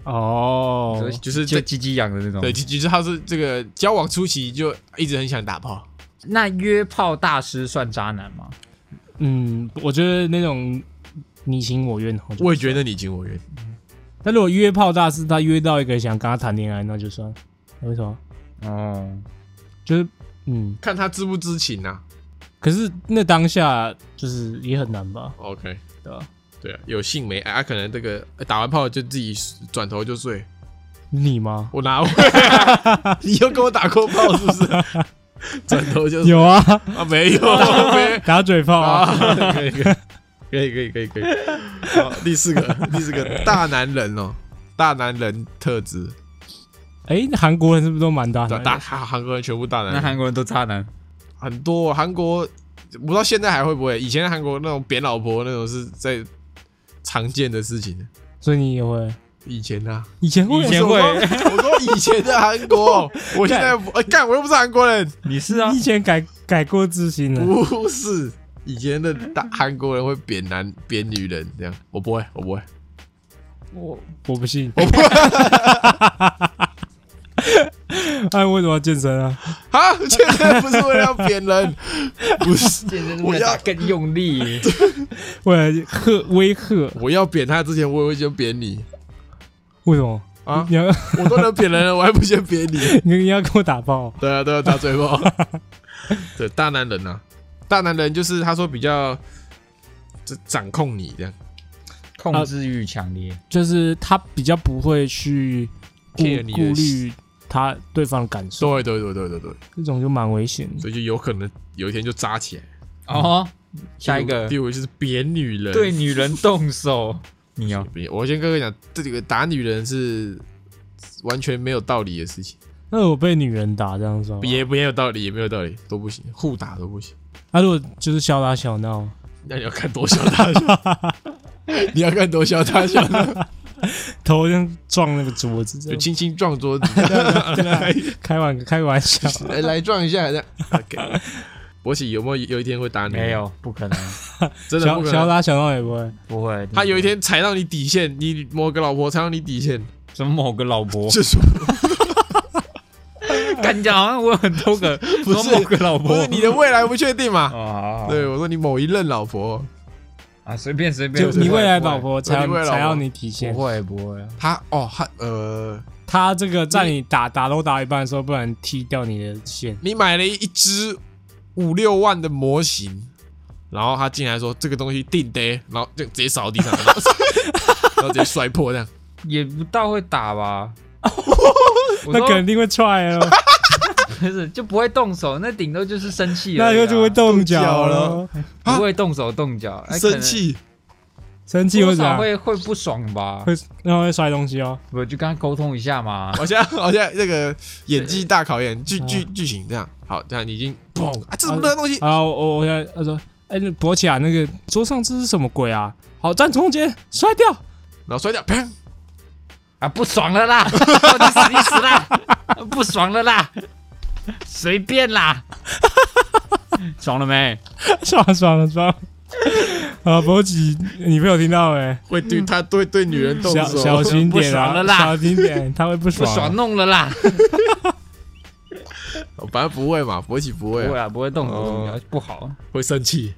[SPEAKER 3] 哦，
[SPEAKER 2] 就是
[SPEAKER 4] 就
[SPEAKER 2] 这
[SPEAKER 4] 鸡鸡痒的那种。
[SPEAKER 2] 对，，其其实他是这个交往初期就一直很想打炮，
[SPEAKER 4] 那约炮大师算渣男吗？
[SPEAKER 3] 嗯，我觉得那种你情我愿，
[SPEAKER 2] 我也觉得你情我愿。
[SPEAKER 3] 但如果约炮大师他约到一个想跟他谈恋爱，那就算了。为什么？
[SPEAKER 4] 哦，
[SPEAKER 3] 就是嗯，
[SPEAKER 2] 看他知不知情啊呐、
[SPEAKER 3] 可是那当下就是也很难吧，
[SPEAKER 2] OK，
[SPEAKER 3] 对吧？
[SPEAKER 2] 对啊，有性没爱，啊、可能这个呃打完炮就自己转头就睡，
[SPEAKER 3] 你吗？
[SPEAKER 2] 我哪会、啊？ *laughs* 你又跟我打过炮是不是？ *laughs* 转头就
[SPEAKER 3] *laughs* 有啊，
[SPEAKER 2] 啊，没有，没
[SPEAKER 3] 打嘴炮啊。
[SPEAKER 2] 啊，可以可以可以可以可以可以。好，第四个，第四个大男人哦，大男人特质，
[SPEAKER 3] 哎，那韩国人是不是都蛮大
[SPEAKER 2] 大
[SPEAKER 3] 男
[SPEAKER 2] 大
[SPEAKER 3] 的？
[SPEAKER 2] 韩韩国人全部大男
[SPEAKER 4] 那
[SPEAKER 2] 人，
[SPEAKER 4] 韩国人都渣男，
[SPEAKER 2] 很多韩国，不知道现在还会不会。以前韩国那种扁老婆那种是在常见的事情。
[SPEAKER 3] 所以你也会？
[SPEAKER 2] 以前啊，
[SPEAKER 3] 以前会
[SPEAKER 4] 以前
[SPEAKER 2] 我
[SPEAKER 4] 会，
[SPEAKER 2] 说我说以前的韩国，我现在不哎干、我又不是韩国人，
[SPEAKER 4] 你是啊
[SPEAKER 3] 你以，前改改过自新啊了。
[SPEAKER 2] 不是以前的大韩国人会扁男扁女人这样，我不会，我不会，
[SPEAKER 3] 我我不信，我不。 *laughs* 哎，为什么要健身啊？
[SPEAKER 2] 啊，健身不是为了要扁人， *laughs* 不是，
[SPEAKER 4] 健身
[SPEAKER 2] 我
[SPEAKER 4] 为了
[SPEAKER 2] 要
[SPEAKER 4] 打更用力，
[SPEAKER 3] 为了吓威吓？
[SPEAKER 2] 我要扁他之前，我也会先扁你
[SPEAKER 3] 为什么？
[SPEAKER 2] 啊！
[SPEAKER 3] 你要 *laughs*
[SPEAKER 2] 我都能扁人了，我还不先扁 *laughs* 你？
[SPEAKER 3] 你你要跟我打爆？
[SPEAKER 2] 对啊，对啊，打嘴炮。对，大男人啊，大男人就是他说比较这掌控你这样
[SPEAKER 4] 控制欲强烈，
[SPEAKER 3] 就是他比较不会去顾
[SPEAKER 2] care 你
[SPEAKER 3] 顾
[SPEAKER 2] 的
[SPEAKER 3] 虑他对方的感受，
[SPEAKER 2] 对对对对对对，
[SPEAKER 3] 这种就蛮危险的。
[SPEAKER 2] 所以就有可能有一天就扎起来。
[SPEAKER 4] 哦，下一个
[SPEAKER 2] 第五第五就是扁女人，
[SPEAKER 4] 对女人动手，你哦，
[SPEAKER 2] 扁，我先跟各位讲，这几个打女人是完全没有道理的事情，
[SPEAKER 3] 那我被女人打这样子吗，
[SPEAKER 2] 也没有道理，也没有道理，都不行，互打都不行。
[SPEAKER 3] 他如果就是小打小闹，
[SPEAKER 2] 那你要看多小大小， *laughs* 你要看多小大 *laughs* 小，
[SPEAKER 3] 头像撞那个桌子，这
[SPEAKER 2] 就
[SPEAKER 3] 样
[SPEAKER 2] 轻轻撞桌子， *laughs*
[SPEAKER 3] 开玩开玩笑，
[SPEAKER 2] 来来撞一下这样。OK，博喜有没有有一天会打你？
[SPEAKER 4] 没，有，不可 *laughs* 能，
[SPEAKER 2] 真的
[SPEAKER 3] 小
[SPEAKER 2] 不可
[SPEAKER 3] 小
[SPEAKER 2] 能。
[SPEAKER 3] 打小闹也不会。
[SPEAKER 4] 不会，
[SPEAKER 2] 他有一天踩到你底线，你某个老婆踩到你底线，
[SPEAKER 4] 什么某个老婆，
[SPEAKER 2] 就说
[SPEAKER 3] *laughs*
[SPEAKER 4] 感觉好像我有很多个，
[SPEAKER 2] 不是
[SPEAKER 4] 说某个老
[SPEAKER 2] 不
[SPEAKER 4] 婆哦
[SPEAKER 2] 是，你的未来不确定嘛？
[SPEAKER 4] 啊，
[SPEAKER 2] 对，我说你某一任老婆，
[SPEAKER 4] 啊，随便随便
[SPEAKER 3] 就，你
[SPEAKER 2] 会
[SPEAKER 3] 未来啊老婆
[SPEAKER 2] 对
[SPEAKER 3] 才
[SPEAKER 2] 你未来
[SPEAKER 3] 要
[SPEAKER 2] 老婆
[SPEAKER 3] 才要你体现
[SPEAKER 4] 不，会不会，啊
[SPEAKER 2] 她哦，她呃，
[SPEAKER 3] 他这个在你打打都打一半的时候，不然踢掉你的线，
[SPEAKER 2] 你买了一只五六万的模型，然后他进来说这个东西定得，然后就直接扫地上，然后 *laughs* 然后直接摔破这样。
[SPEAKER 4] 也不到会打
[SPEAKER 3] *laughs*
[SPEAKER 4] 吧，我
[SPEAKER 3] 那
[SPEAKER 4] 说
[SPEAKER 3] 肯定会踹哦，
[SPEAKER 4] 不是就不会动手，那顶多就是生气而
[SPEAKER 3] 那
[SPEAKER 4] 已啊，
[SPEAKER 3] 以后就会动啊
[SPEAKER 2] 脚
[SPEAKER 3] 脚
[SPEAKER 2] 了
[SPEAKER 3] 了。
[SPEAKER 4] 不会动手动脚，哎
[SPEAKER 2] 生，气，
[SPEAKER 3] 生
[SPEAKER 4] 可
[SPEAKER 3] 气
[SPEAKER 4] 能
[SPEAKER 3] 会
[SPEAKER 4] 多
[SPEAKER 3] 怎
[SPEAKER 4] 少
[SPEAKER 3] 样？
[SPEAKER 4] 会会不爽吧？
[SPEAKER 3] 会那会摔东西哦。
[SPEAKER 4] 我就跟他沟通一下嘛。
[SPEAKER 2] 我 *laughs* 现在我现在那个演技大考验，剧剧剧情这样。好，这样你已经砰啊，这什么烂东西？
[SPEAKER 3] 啊，我我现在他说，哎、那博起来那个桌上这是什么鬼啊？好，站中间摔掉，
[SPEAKER 2] 然后摔掉，砰！
[SPEAKER 4] 啊，不爽了啦，你死你死啦，不爽了啦，随便
[SPEAKER 3] *laughs*
[SPEAKER 4] 啦，爽了没？
[SPEAKER 3] 算了算了 *laughs* 算了。啊，博起，你没有听到没？
[SPEAKER 2] 会对他对对女人动
[SPEAKER 3] 小
[SPEAKER 2] 手，
[SPEAKER 3] 小心点
[SPEAKER 4] 不爽了
[SPEAKER 3] 啊，
[SPEAKER 4] 啦
[SPEAKER 3] 小心点，他会不
[SPEAKER 4] 不
[SPEAKER 3] 爽。
[SPEAKER 4] 爽弄了啦，
[SPEAKER 2] *laughs* 反正不会嘛，博起不
[SPEAKER 4] 不
[SPEAKER 2] 会啊、
[SPEAKER 4] 会啊，不会动手动脚
[SPEAKER 2] 哦，
[SPEAKER 4] 不好，
[SPEAKER 2] 会生气，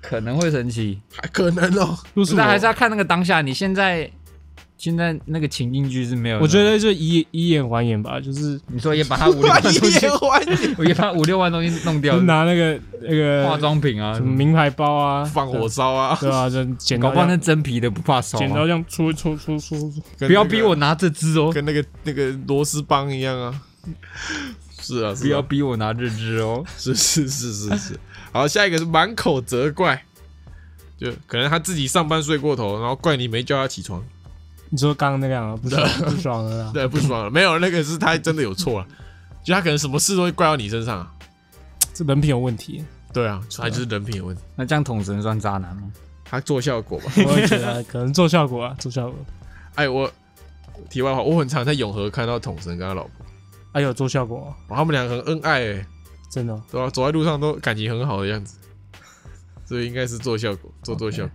[SPEAKER 4] 可能会生气。
[SPEAKER 2] 还可能哦。
[SPEAKER 3] 不
[SPEAKER 4] *laughs* 不是啊，还是要看那个当下。你现在现在那个情境剧是没有的。
[SPEAKER 3] 我觉得就以以眼还眼吧，就是
[SPEAKER 4] 你说也把他五六万东
[SPEAKER 2] 一
[SPEAKER 4] 西
[SPEAKER 2] 眼，还
[SPEAKER 4] 我也把五六万东西弄掉
[SPEAKER 3] 就，拿那个那
[SPEAKER 4] 呃化
[SPEAKER 3] 个
[SPEAKER 4] 妆品啊
[SPEAKER 3] 什，么名牌包啊，
[SPEAKER 2] 放火烧啊！
[SPEAKER 3] 对啊，就剪
[SPEAKER 4] 搞
[SPEAKER 3] 刀
[SPEAKER 4] 不好
[SPEAKER 3] 这
[SPEAKER 4] 那
[SPEAKER 3] 样
[SPEAKER 4] 真皮的不怕烧啊。
[SPEAKER 3] 剪刀这样戳戳戳戳戳，
[SPEAKER 2] 跟
[SPEAKER 4] 不要
[SPEAKER 2] 那个
[SPEAKER 4] 逼我拿这支哦，
[SPEAKER 2] 跟那个那个螺丝帮一样啊。是啊，
[SPEAKER 4] 不
[SPEAKER 2] 是
[SPEAKER 4] 要
[SPEAKER 2] 啊，
[SPEAKER 4] 逼我拿这支哦。
[SPEAKER 2] 是是是是是。好，下一个是满口责怪，就可能他自己上班睡过头，然后怪你没叫他起床，
[SPEAKER 3] 你说刚刚那个
[SPEAKER 4] *laughs*
[SPEAKER 3] 样啊，不爽不爽了啦。
[SPEAKER 2] *laughs* 对，不爽了。没有，那个是他真的有错了， *laughs* 就他可能什么事都会怪到你身上啊。
[SPEAKER 3] 这人品有问题，
[SPEAKER 2] 对啊，他就是人品有问题，
[SPEAKER 4] 那这样统神算渣男吗？
[SPEAKER 2] 他做效果吧。 *laughs*
[SPEAKER 3] 我也觉得可能做效果啊，做效果。
[SPEAKER 2] 哎，我题外话，我很常在永和看到统神跟他老婆，
[SPEAKER 3] 哎呦，做效果啊，
[SPEAKER 2] 哇他们俩很恩爱、欸，
[SPEAKER 3] 真的哦。
[SPEAKER 2] 对吧、走在路上都感情很好的样子，所以应该是做效果，做做效果。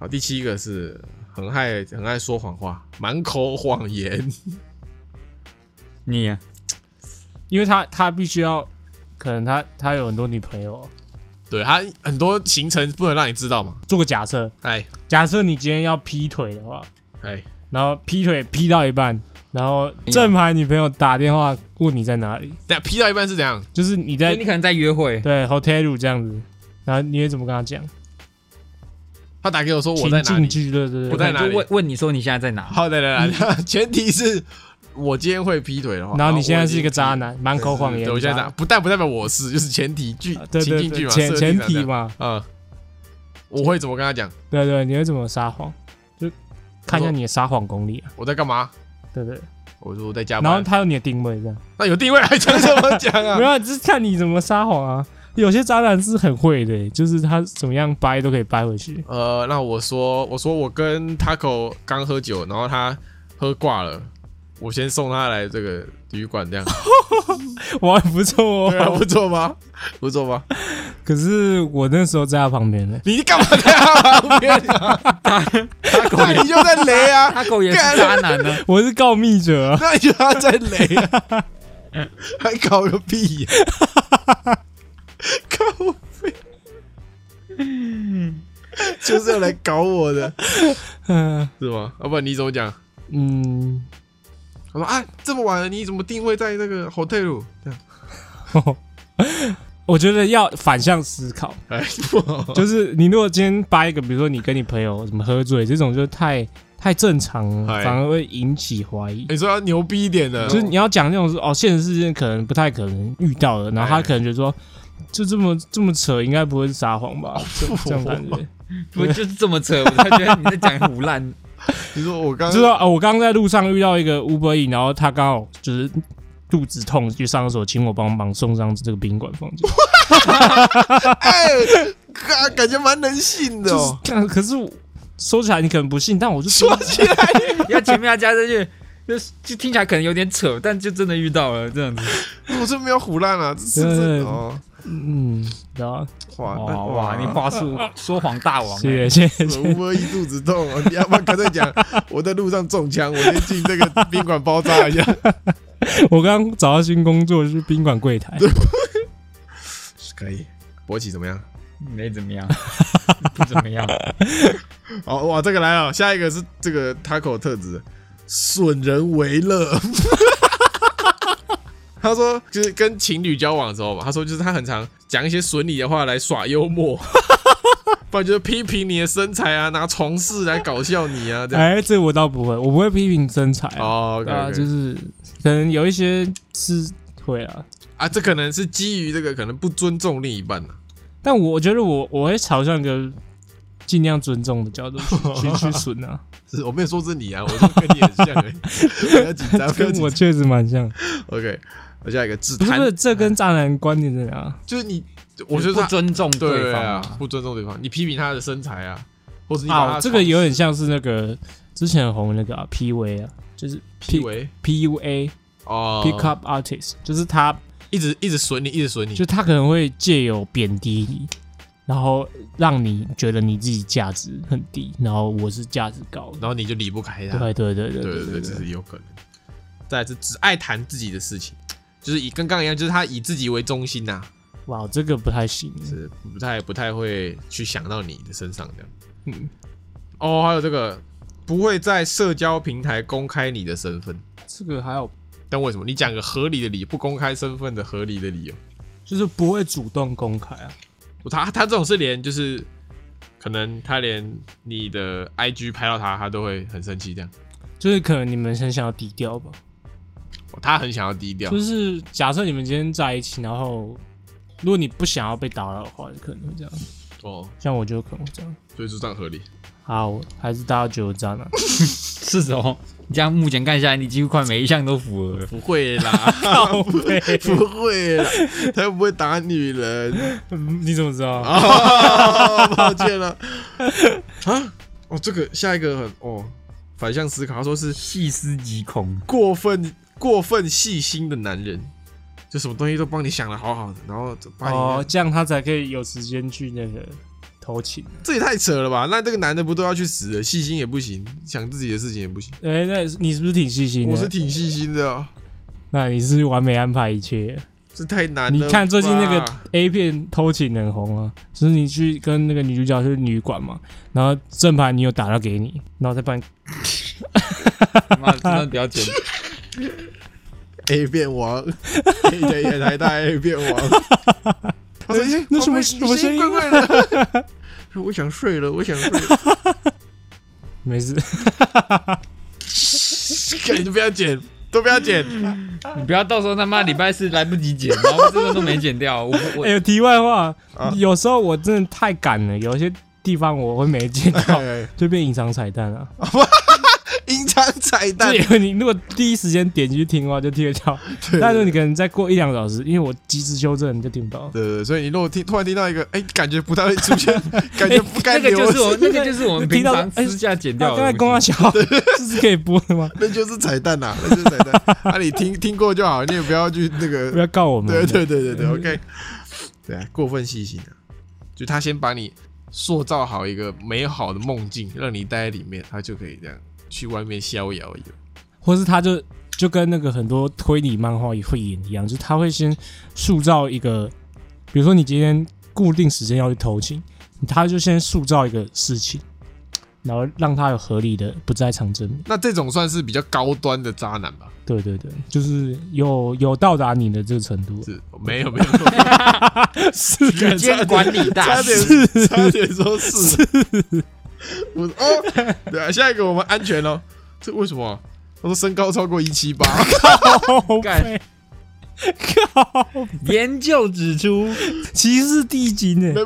[SPEAKER 2] 好，第七个是很爱很爱说谎话，满口谎言，
[SPEAKER 4] 你啊
[SPEAKER 3] 因为他他必须要，可能他他有很多女朋友。
[SPEAKER 2] *laughs*
[SPEAKER 3] 哦
[SPEAKER 2] 对他很多行程不能让你知道嘛。
[SPEAKER 3] 做个假设，
[SPEAKER 2] 哎
[SPEAKER 3] 假设你今天要劈腿的话，
[SPEAKER 2] 哎，
[SPEAKER 3] 然后劈腿劈到一半，然后正牌女朋友打电话问你在哪里，
[SPEAKER 2] 等下劈到一半是怎样？
[SPEAKER 3] 就是你
[SPEAKER 4] 就
[SPEAKER 3] 在
[SPEAKER 4] 你可能在约会，
[SPEAKER 3] 对 hotel room 这样子，然后你会怎么跟他讲？
[SPEAKER 2] 他打给我说我在
[SPEAKER 3] 情
[SPEAKER 2] 哪
[SPEAKER 3] 境
[SPEAKER 2] 里？
[SPEAKER 3] 剧，对对
[SPEAKER 2] 我
[SPEAKER 3] 对。
[SPEAKER 2] 在
[SPEAKER 4] 可
[SPEAKER 2] 哪
[SPEAKER 4] 能
[SPEAKER 2] 里
[SPEAKER 4] 就问问你说你现在在哪？
[SPEAKER 2] 好的，来来，前提是我今天会劈腿的话，
[SPEAKER 3] 然后你现在
[SPEAKER 2] 我已
[SPEAKER 3] 是一个
[SPEAKER 2] 经
[SPEAKER 3] 渣男，满口谎言。
[SPEAKER 2] 对，我现在
[SPEAKER 3] 渣
[SPEAKER 2] 讲不但不代表我是，就是前提剧
[SPEAKER 3] 啊对
[SPEAKER 2] 情
[SPEAKER 3] 对
[SPEAKER 2] 境剧
[SPEAKER 3] 对，
[SPEAKER 2] 嘛，
[SPEAKER 3] 前
[SPEAKER 2] 设
[SPEAKER 3] 前
[SPEAKER 2] 定上
[SPEAKER 3] 提
[SPEAKER 2] 这样
[SPEAKER 3] 嘛，
[SPEAKER 2] 嗯，我会怎么跟他讲？
[SPEAKER 3] 对对，你会怎么撒谎？就看一
[SPEAKER 2] 我说
[SPEAKER 3] 下你的撒谎功力啊，
[SPEAKER 2] 我在干嘛？
[SPEAKER 3] 对对。
[SPEAKER 2] 我说我在加
[SPEAKER 3] 然后
[SPEAKER 2] 班。
[SPEAKER 3] 他有你的定位这样，
[SPEAKER 2] 那有地位还讲什么讲
[SPEAKER 3] *laughs* 没
[SPEAKER 2] 啊？
[SPEAKER 3] 有啊，只是看你怎么撒谎啊。有些渣男是很会的、欸就是他怎么样掰都可以掰回去。 *laughs*
[SPEAKER 2] 呃，那我说，我说我跟 Taco 刚喝酒，然后他喝挂了，我先送他来这个旅馆，
[SPEAKER 3] *laughs*
[SPEAKER 2] 这样
[SPEAKER 3] 哇，不错哦
[SPEAKER 2] 对。啊不错吗？不错吗？
[SPEAKER 3] 可是我那时候在他旁边呢、
[SPEAKER 2] 你干嘛在他旁边啊？ *laughs*
[SPEAKER 4] 他狗
[SPEAKER 2] 那
[SPEAKER 4] 也
[SPEAKER 2] 你就在雷啊！
[SPEAKER 4] 他狗也是渣男呢。
[SPEAKER 3] 我是告密者、啊。
[SPEAKER 2] 那你就他在雷啊， *laughs* 还搞个屁呀、 *laughs* 搞屁！就是要来搞我的，
[SPEAKER 3] 嗯
[SPEAKER 2] *laughs* 是吗？啊要、不然你怎么讲？
[SPEAKER 3] 嗯，
[SPEAKER 2] 我说啊，这么晚了，你怎么定位在那个 hotel？这样，
[SPEAKER 3] 我觉得要反向思考，
[SPEAKER 2] 哎，
[SPEAKER 3] 就是你如果今天掰一个，比如说你跟你朋友怎么喝醉，这种就太太正常了，
[SPEAKER 2] 嗨
[SPEAKER 3] 反而会引起怀疑。
[SPEAKER 2] 你说要牛逼一点的，
[SPEAKER 3] 就是你要讲那种说哦，现实世界可能不太可能遇到的，然后他
[SPEAKER 2] 哎
[SPEAKER 3] 可能觉得说，就这么这么扯，应该不会是撒谎吧？
[SPEAKER 2] 哦
[SPEAKER 3] 这样感觉，
[SPEAKER 4] *laughs* 不就是这么扯？我才觉得你在讲胡乱。
[SPEAKER 2] 你说我刚
[SPEAKER 3] 就是说、哦、我刚刚在路上遇到一个 Uber E，然后他刚好就是肚子痛去上厕所，请我帮忙送上这个宾馆房间。
[SPEAKER 2] *laughs* *laughs* 哎，感感觉蛮人性的
[SPEAKER 3] 就是
[SPEAKER 2] 哦。
[SPEAKER 3] 干，可是我说起来你可能不信，但我就说
[SPEAKER 2] 说起来，
[SPEAKER 4] 要前面要加这句，就是就听起来可能有点扯，但就真的遇到了这样子。
[SPEAKER 2] 我这没有胡乱啊，这是
[SPEAKER 3] 对
[SPEAKER 2] 这哦，
[SPEAKER 3] 嗯，然后
[SPEAKER 2] 哇
[SPEAKER 4] 哦哇呃哇，你话术 *laughs* 说谎大王、哎
[SPEAKER 3] 谢谢谢 *laughs* 谢，
[SPEAKER 2] 我摸一肚子痛 *laughs* 哦，你要不要干脆讲我在路上中枪，我先进这个宾馆包扎一下。 *laughs*
[SPEAKER 3] 我刚刚找到新工作就是宾馆柜台，
[SPEAKER 2] 可以，勃起怎么样？
[SPEAKER 4] 没怎么样， *laughs* 不怎么 *laughs* 样。
[SPEAKER 2] 哦，哇，这个来了，下一个是这个 taco 特质，损人为乐。 *laughs* 他说，就是跟情侣交往的时候嘛，他说就是他很常讲一些损你的话来耍幽默， *laughs* 不然就是批评你的身材啊，拿床事来搞笑你啊，这样。
[SPEAKER 3] 哎，这我倒不会，我不会批评身材啊。
[SPEAKER 2] 哦，OK，OK，
[SPEAKER 3] 对啊，就是可能有一些是会啊，
[SPEAKER 2] 啊，这可能是基于这个可能不尊重另一半啊
[SPEAKER 3] 但我觉得我我会朝向一个尽量尊重的角度
[SPEAKER 2] *laughs*
[SPEAKER 3] 去去去损啊，
[SPEAKER 2] 是我没有说是你啊，我说跟你很像而
[SPEAKER 3] *laughs*
[SPEAKER 2] 已，不要紧张，啊不要
[SPEAKER 3] 跟
[SPEAKER 2] 紧
[SPEAKER 3] 我
[SPEAKER 2] 张。
[SPEAKER 3] 确实蛮像。
[SPEAKER 2] OK，我下一个自
[SPEAKER 3] 不是
[SPEAKER 2] 弹
[SPEAKER 3] 不，是，这跟渣男观点在哪啊？
[SPEAKER 2] 就是你，我觉得
[SPEAKER 4] 就是不
[SPEAKER 2] 他
[SPEAKER 4] 尊重
[SPEAKER 2] 对
[SPEAKER 4] 方
[SPEAKER 2] 啊
[SPEAKER 4] 啊，
[SPEAKER 2] 不尊重对方，你批评他的身材啊，或是你把他
[SPEAKER 3] 啊，
[SPEAKER 2] 的
[SPEAKER 3] 这个有点像是那个之前很红的那个啊 P V 啊，就是 P
[SPEAKER 2] 以为
[SPEAKER 3] P U A
[SPEAKER 2] 哦
[SPEAKER 3] Pick Up Artist，就是他
[SPEAKER 2] 一直一直损你，一直损你
[SPEAKER 3] 就，他可能会借由贬低你，然后让你觉得你自己价值很低，然后我是价值高的。
[SPEAKER 2] 然后你就离不开他，
[SPEAKER 3] 对对对
[SPEAKER 2] 对
[SPEAKER 3] 对
[SPEAKER 2] 对，
[SPEAKER 3] 对
[SPEAKER 2] 这
[SPEAKER 3] 对，
[SPEAKER 2] 是有可能。再来是只爱谈自己的事情，就是以跟刚刚一样，就是他以自己为中心呐、啊
[SPEAKER 3] 哇，这个不太行。
[SPEAKER 2] 是不太不太会去想到你的身上的。
[SPEAKER 3] 嗯
[SPEAKER 2] 哦，还有这个不不会在社交平台公开你的身份。
[SPEAKER 3] 这个还好，
[SPEAKER 2] 但为什么你讲个合理的理由，不公开身份的合理的理由？
[SPEAKER 3] 就是不会主动公开啊。
[SPEAKER 2] 他他这种是连就是可能他连你的 IG 拍到他，他都会很生气这样。
[SPEAKER 3] 就是可能你们很想要低调吧，
[SPEAKER 2] 哦他很想要低调
[SPEAKER 3] 就，是假设你们今天在一起，然后如果你不想要被打扰的话，可能会这样。
[SPEAKER 2] 哦，
[SPEAKER 3] 像我就可能会这样。
[SPEAKER 2] 所以就这样合理。
[SPEAKER 3] 好，还是大家觉得这样 *laughs* 啊？
[SPEAKER 4] 是哦，你这样目前看下来，你几乎快每一项都符合了。
[SPEAKER 2] 不会啦， *laughs* 不会啦，他又不会打女人。
[SPEAKER 3] 嗯你怎么知道？
[SPEAKER 2] 哦， *laughs* 抱歉了。啊，哦，这个下一个很哦，反向思考，他说是
[SPEAKER 4] 细思极恐，
[SPEAKER 2] 过分过分细心的男人，就什么东西都帮你想的好好的，然后就把你、
[SPEAKER 3] 哦，这样他才可以有时间去那个偷情。
[SPEAKER 2] 这也太扯了吧？那这个男的不都要去死了？细心也不行，想自己的事情也不行。
[SPEAKER 3] 哎、那你是不是挺细心的？
[SPEAKER 2] 我是挺细心的、啊，
[SPEAKER 3] 那你是完美安排一切。
[SPEAKER 2] 这太难了
[SPEAKER 3] 你
[SPEAKER 2] 吧。
[SPEAKER 3] 看最近那个 A 片偷情很红啊，就是你去跟那个女主角去旅馆嘛，然后正牌女友打到给你，然后再帮你
[SPEAKER 4] 妈真的比较 *laughs* 简
[SPEAKER 2] A 变 *laughs* 王，你的也来大 A 变王。 *laughs* 哎他说
[SPEAKER 3] 那什么什么声音
[SPEAKER 2] 怪怪的。 *laughs* 我想睡了，我想睡了。
[SPEAKER 3] 没事，
[SPEAKER 2] 干你都不要剪，都不要剪。
[SPEAKER 4] 嗯
[SPEAKER 2] *laughs*
[SPEAKER 4] 你不要到时候他妈礼拜四来不及剪，然后 *laughs* 这个都没剪掉。我我
[SPEAKER 3] *laughs* 哎、呦，题外话，
[SPEAKER 2] 啊
[SPEAKER 3] 有时候我真的太赶了，有些地方我会没见到， *laughs*
[SPEAKER 2] 哎
[SPEAKER 3] 就变隐藏彩蛋啊。
[SPEAKER 4] 哎
[SPEAKER 2] 隐
[SPEAKER 4] *laughs*
[SPEAKER 2] 藏彩蛋
[SPEAKER 3] 就，以为你如果第一时间点进去听的话，就听得到；
[SPEAKER 2] 对
[SPEAKER 3] 但是你可能再过一两个小时，因为我及时纠正，你就听不到。
[SPEAKER 2] 对对对，所以你如果听突然听到一个，哎，感觉不太会出
[SPEAKER 4] *laughs*
[SPEAKER 2] 现，感觉不该
[SPEAKER 4] 哎那个
[SPEAKER 2] 留，
[SPEAKER 4] 就是我，那个就是我们
[SPEAKER 3] 听
[SPEAKER 4] 平
[SPEAKER 3] 到
[SPEAKER 4] 常
[SPEAKER 3] 哎
[SPEAKER 4] 私下剪
[SPEAKER 3] 那
[SPEAKER 4] 掉
[SPEAKER 3] 刚
[SPEAKER 4] 的东
[SPEAKER 3] 才
[SPEAKER 4] 西。
[SPEAKER 3] 公阿小 *laughs* 这是可以播的吗？
[SPEAKER 2] 那就是彩蛋呐，那就是彩蛋。啊，你听听过就好，你也不要去那
[SPEAKER 3] 不
[SPEAKER 2] 个。
[SPEAKER 3] 要告我们。
[SPEAKER 2] 对对对对
[SPEAKER 4] 嗯
[SPEAKER 2] 对，OK。对啊，过分细心啊，就他先把你塑造好一个美好的梦境，让你待在里面，他就可以这样去外面逍遥一个。
[SPEAKER 3] 或是他就就跟那个很多推理漫画也会演一样，就是他会先塑造一个，比如说你今天固定时间要去偷情，他就先塑造一个事情，然后让他有合理的不在场证明。
[SPEAKER 2] 那这种算是比较高端的渣男吧？
[SPEAKER 3] 对对对，就是有有到达你的这个程
[SPEAKER 4] *laughs*
[SPEAKER 3] 度，
[SPEAKER 2] 是，没有没有，
[SPEAKER 3] 是
[SPEAKER 4] 时间管理大
[SPEAKER 2] 差
[SPEAKER 4] *laughs* 师，
[SPEAKER 2] 点差点说是，我哦，对啊，下一个我们安全哦。这为什么啊、他说身高超过一七八， *laughs*
[SPEAKER 3] 靠 *laughs*
[SPEAKER 4] 干
[SPEAKER 3] 背，靠，
[SPEAKER 4] 研究指出，
[SPEAKER 3] 歧视地精呢、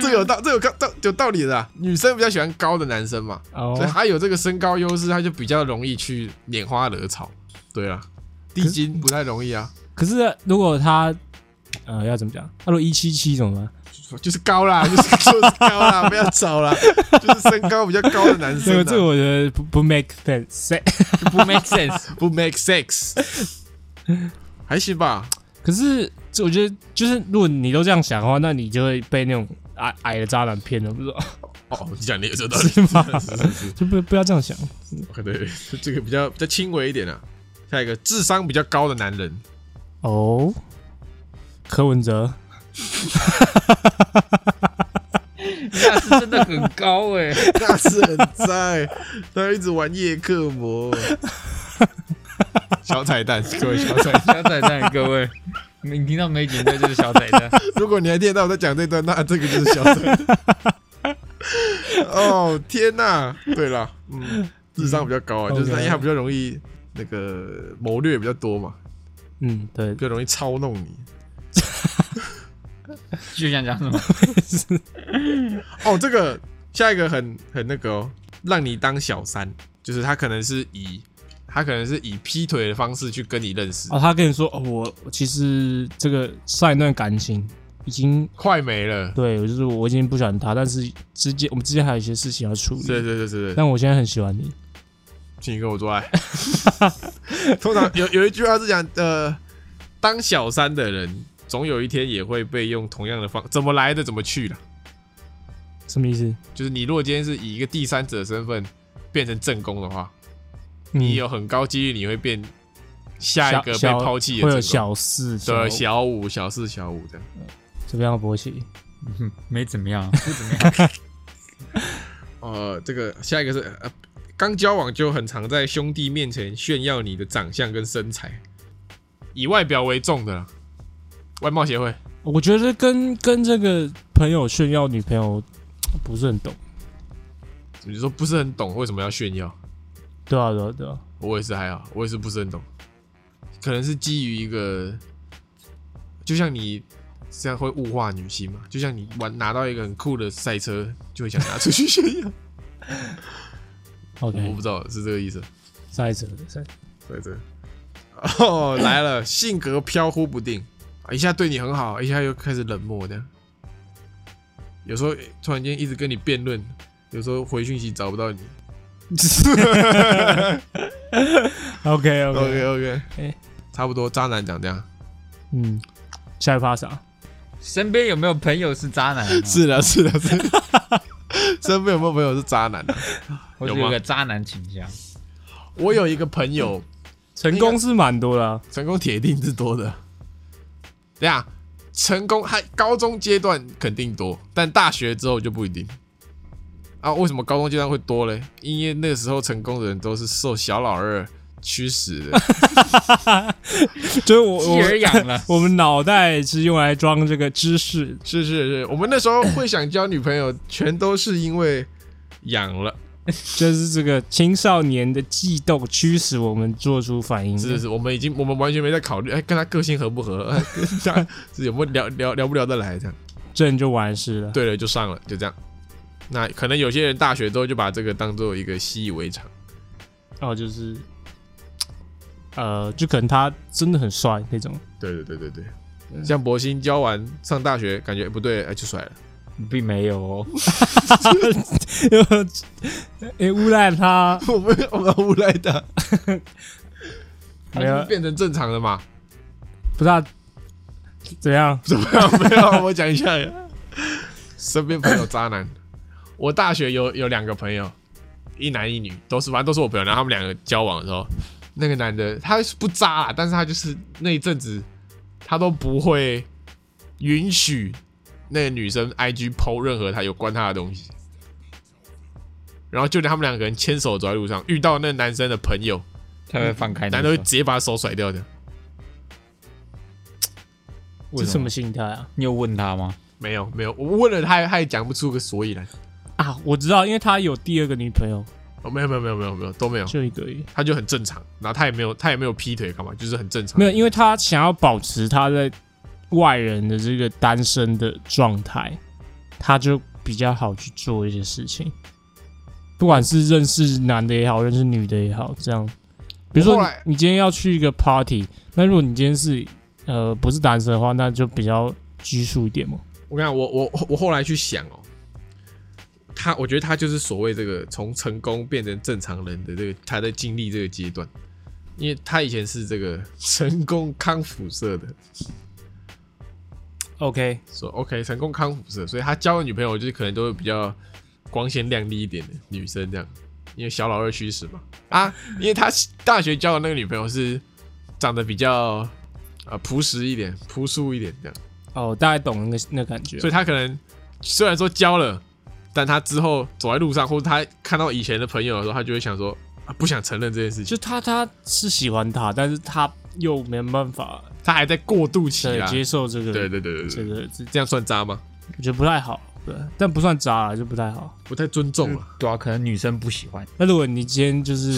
[SPEAKER 2] 这有道这有道有道理的、啊。女生比较喜欢高的男生嘛，所以
[SPEAKER 3] 哦，
[SPEAKER 2] 他有这个身高优势，他就比较容易去拈花惹草。对啊，地精不太容易啊，
[SPEAKER 3] 可是如果他呃要怎么讲？他如果一七七怎么办？
[SPEAKER 2] 就是高啦， *laughs* 就是就是高
[SPEAKER 3] *laughs*
[SPEAKER 2] 啦，不要吵啦，就是身高比较高的男
[SPEAKER 3] 这
[SPEAKER 2] 生、
[SPEAKER 3] 个
[SPEAKER 2] 啊，
[SPEAKER 3] 这个我觉得不不 make sense。
[SPEAKER 4] 不 make sense。
[SPEAKER 2] 不 make sex，还行吧。
[SPEAKER 3] 可是这我觉得，就是如果你都这样想的话，那你就会被那种矮矮的渣男骗了，不是
[SPEAKER 2] 哦，你讲的也有这
[SPEAKER 3] *laughs*
[SPEAKER 2] 道理。
[SPEAKER 3] 是吗？
[SPEAKER 2] 啊
[SPEAKER 3] 就不不要这样想。
[SPEAKER 2] OK，对， *laughs* 这个比较比较轻微一点啊。下一个，智商比较高的男人，
[SPEAKER 3] 哦，柯文哲，
[SPEAKER 4] 那是真的很高哎、
[SPEAKER 2] 那是很在，他一直玩夜克魔。 *laughs* 小彩蛋，各位小彩蛋，
[SPEAKER 4] 小彩蛋，各位， *laughs* 你听到没剪掉就是小彩蛋。
[SPEAKER 2] 如果你还听得到我在讲这段，那这个就是小彩蛋。 *laughs* 哦天哪、对了，嗯，智商比较高啊，就是因
[SPEAKER 3] OK
[SPEAKER 2] 为他比较容易那个谋略比较多嘛，
[SPEAKER 3] 嗯，对
[SPEAKER 2] 比，较容易操弄你。
[SPEAKER 4] 就想讲什 *laughs* 么？
[SPEAKER 2] 哦，这个下一个很很那个哦，让你当小三，就是他可能是以他可能是以劈腿的方式去跟你认识，
[SPEAKER 3] 哦，他跟你说，哦，我我其实这个上一段感情已经。
[SPEAKER 2] 快没了。
[SPEAKER 3] 对，我就是我已经不喜欢他，但是之间我们之间还有一些事情要处理。
[SPEAKER 2] 对对对对对，
[SPEAKER 3] 但我现在很喜欢你，
[SPEAKER 2] 请你跟我做爱。通常有有一句话是讲，呃，当小三的人，总有一天也会被用同样的方，怎么来的怎么去了。
[SPEAKER 3] 什么意思？
[SPEAKER 2] 就是你如果今天是以一个第三者的身份变成正宫的话，你
[SPEAKER 3] 你
[SPEAKER 2] 有很高几率你会变下一
[SPEAKER 3] 嗯小
[SPEAKER 2] 个被
[SPEAKER 3] 小
[SPEAKER 2] 抛弃的正
[SPEAKER 3] 会有
[SPEAKER 2] 宫，
[SPEAKER 3] 小四，
[SPEAKER 2] 对小五、小四、小五这样。
[SPEAKER 3] 怎么样？勃起？
[SPEAKER 4] 没怎么样，不怎么样。
[SPEAKER 2] 呃，这个下一个是呃，刚交往就很常在兄弟面前炫耀你的长相跟身材，以外表为重的啦。外貌协会，
[SPEAKER 3] 我觉得跟跟这个朋友炫耀女朋友不是很懂。
[SPEAKER 2] 你说不是很懂为什么要炫耀？
[SPEAKER 3] 对啊，对啊，对啊。
[SPEAKER 2] 我也是还好，我也是不是很懂，可能是基于一个，就像你这样会物化女性嘛，就像你玩拿到一个很酷的赛车，就会想拿出去炫耀。我
[SPEAKER 3] OK，
[SPEAKER 2] 不知道是这个意思，
[SPEAKER 3] 下一则，下
[SPEAKER 2] 在
[SPEAKER 3] 一则
[SPEAKER 2] 这。哦，来了，性格飘忽不定，啊一下对你很好，一下又开始冷漠这样。有时候诶突然间一直跟你辩论，有时候回讯息找不到你。
[SPEAKER 3] OK OK，
[SPEAKER 2] OK OK，
[SPEAKER 3] 哎
[SPEAKER 2] 差不多，渣男长这样。
[SPEAKER 3] 嗯，下一趴啥？
[SPEAKER 4] 身边有没有朋友是渣男、 *laughs* 啊？
[SPEAKER 2] 是的，是的，是的。 *laughs* 身边有没有朋友是渣男、啊？
[SPEAKER 4] 或者
[SPEAKER 2] 有吗
[SPEAKER 4] 有个渣男倾向？
[SPEAKER 2] 我有一个朋友，
[SPEAKER 3] 成功是蛮多啦、
[SPEAKER 2] 成功铁定是多的。对啊，成功还高中阶段肯定多，但大学之后就不一定。啊，为什么高中阶段会多嘞？因为那个时候成功的人都是受小老二驱使的。
[SPEAKER 3] 就是我
[SPEAKER 4] 继而
[SPEAKER 3] 我
[SPEAKER 4] 养了
[SPEAKER 3] 我们脑袋是用来装这个知识，
[SPEAKER 2] 是是是，我们那时候会想交女朋友，全都是因为养了。
[SPEAKER 3] 就是这个青少年的悸动驱使我们做出反应。
[SPEAKER 2] 是是是，我们已经我们完全没在考虑，哎，跟他个性合不合， *laughs* 哎跟他是有没有聊聊聊不聊得来这样。
[SPEAKER 3] 正就完事了。
[SPEAKER 2] 对了就上了，就这样。那可能有些人大学之后就把这个当做一个习以为常，
[SPEAKER 3] 哦，就是，呃，就可能他真的很帅那种。 *laughs*
[SPEAKER 2] 对对对对对，像博鑫教完上大学，感觉哎不对，哎就甩了。
[SPEAKER 4] *laughs* 并没有哦，
[SPEAKER 3] 哎，诬赖他
[SPEAKER 2] *laughs* 我们我们无赖的，
[SPEAKER 3] 没有
[SPEAKER 2] 他就变成正常了嘛？
[SPEAKER 3] 不知道怎样
[SPEAKER 2] 怎么样？ *laughs* 没有，我讲一下，身边朋友渣男。我大学有有两个朋友，一男一女，都是反正都是我朋友。然后他们两个交往的时候，那个男的他是不渣啦，但是他就是那一阵子他都不会允许那个女生 IG 抛任何他有关他的东西。然后就连他们两个人牵手走在路上，遇到那个男生的朋友，
[SPEAKER 4] 他会放哎开你。
[SPEAKER 2] 男的会直接把他手甩掉的。
[SPEAKER 4] 为
[SPEAKER 3] 这
[SPEAKER 4] 什
[SPEAKER 3] 什
[SPEAKER 4] 么
[SPEAKER 3] 么心态啊？
[SPEAKER 4] 你有问他吗？
[SPEAKER 2] 没有没有，我问了他，他也讲不出个所以然。
[SPEAKER 3] 啊，我知道，因为他有第二个女朋友，
[SPEAKER 2] 哦，没有没有没有没有没有都没有，
[SPEAKER 3] 就一个而已。
[SPEAKER 2] 他就很正常，然后他也没有他也没有劈腿干嘛，就是很正常。
[SPEAKER 3] 没有，因为他想要保持他在外人的这个单身的状态，他就比较好去做一些事情，不管是认识男的也好，认识女的也好，这样。比如说
[SPEAKER 2] 我
[SPEAKER 3] 你
[SPEAKER 2] 后来，
[SPEAKER 3] 你今天要去一个 party，那如果你今天是呃不是单身的话，那就比较拘束一点嘛。
[SPEAKER 2] 我跟你讲，我我我后来去想哦，他我觉得他就是所谓这个从成功变成正常人的这个他在经历这个阶段，因为他以前是这个 *laughs* 成功康复社的，
[SPEAKER 3] OK，
[SPEAKER 2] 说 OK 成功康复社，所以他交的女朋友就是可能都会比较光鲜亮丽一点的女生这样，因为小老二驱使嘛啊，因为他大学交的那个女朋友是长得比较呃朴实一点、朴素一点这样。
[SPEAKER 3] 哦，我大概懂那个那感觉
[SPEAKER 2] 所。以他可能虽然说交了，但他之后走在路上，或者他看到以前的朋友的时候，他就会想说啊，不想承认这件事情，
[SPEAKER 3] 就他他是喜欢他，但是他又没办法
[SPEAKER 2] 他还在过渡期
[SPEAKER 3] 对
[SPEAKER 2] 啦。
[SPEAKER 3] 接受这个
[SPEAKER 2] 对对对对
[SPEAKER 3] 这
[SPEAKER 2] 对，
[SPEAKER 3] 个这
[SPEAKER 2] 这样算渣吗？
[SPEAKER 3] 我觉得不太好，对，但不算渣啦，就不太好。
[SPEAKER 2] 不太尊重了。
[SPEAKER 4] 对啊，可能女生不喜欢。
[SPEAKER 3] 那如果你今天就是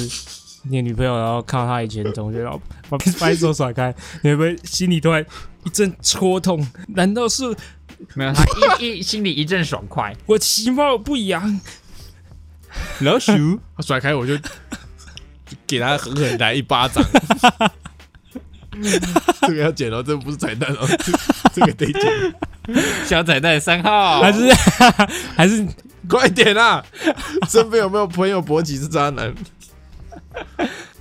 [SPEAKER 3] 你的女朋友，然后看到她以前的同学，然后把把手甩开，你会不会心里突然一阵戳痛？难道是
[SPEAKER 4] 没有，他一 *laughs* 一心里一阵爽快。
[SPEAKER 3] 我其貌不扬？
[SPEAKER 4] 老鼠， *laughs*
[SPEAKER 2] 他甩开我就 *laughs* 就给他狠狠来一巴掌。这个要剪哦，这个不是彩蛋哦， *laughs* 这这个得剪，
[SPEAKER 4] 小仔蛋三 *laughs* 号，
[SPEAKER 3] 还是还是
[SPEAKER 2] 快点啦！身边有没有朋友勃起是渣男？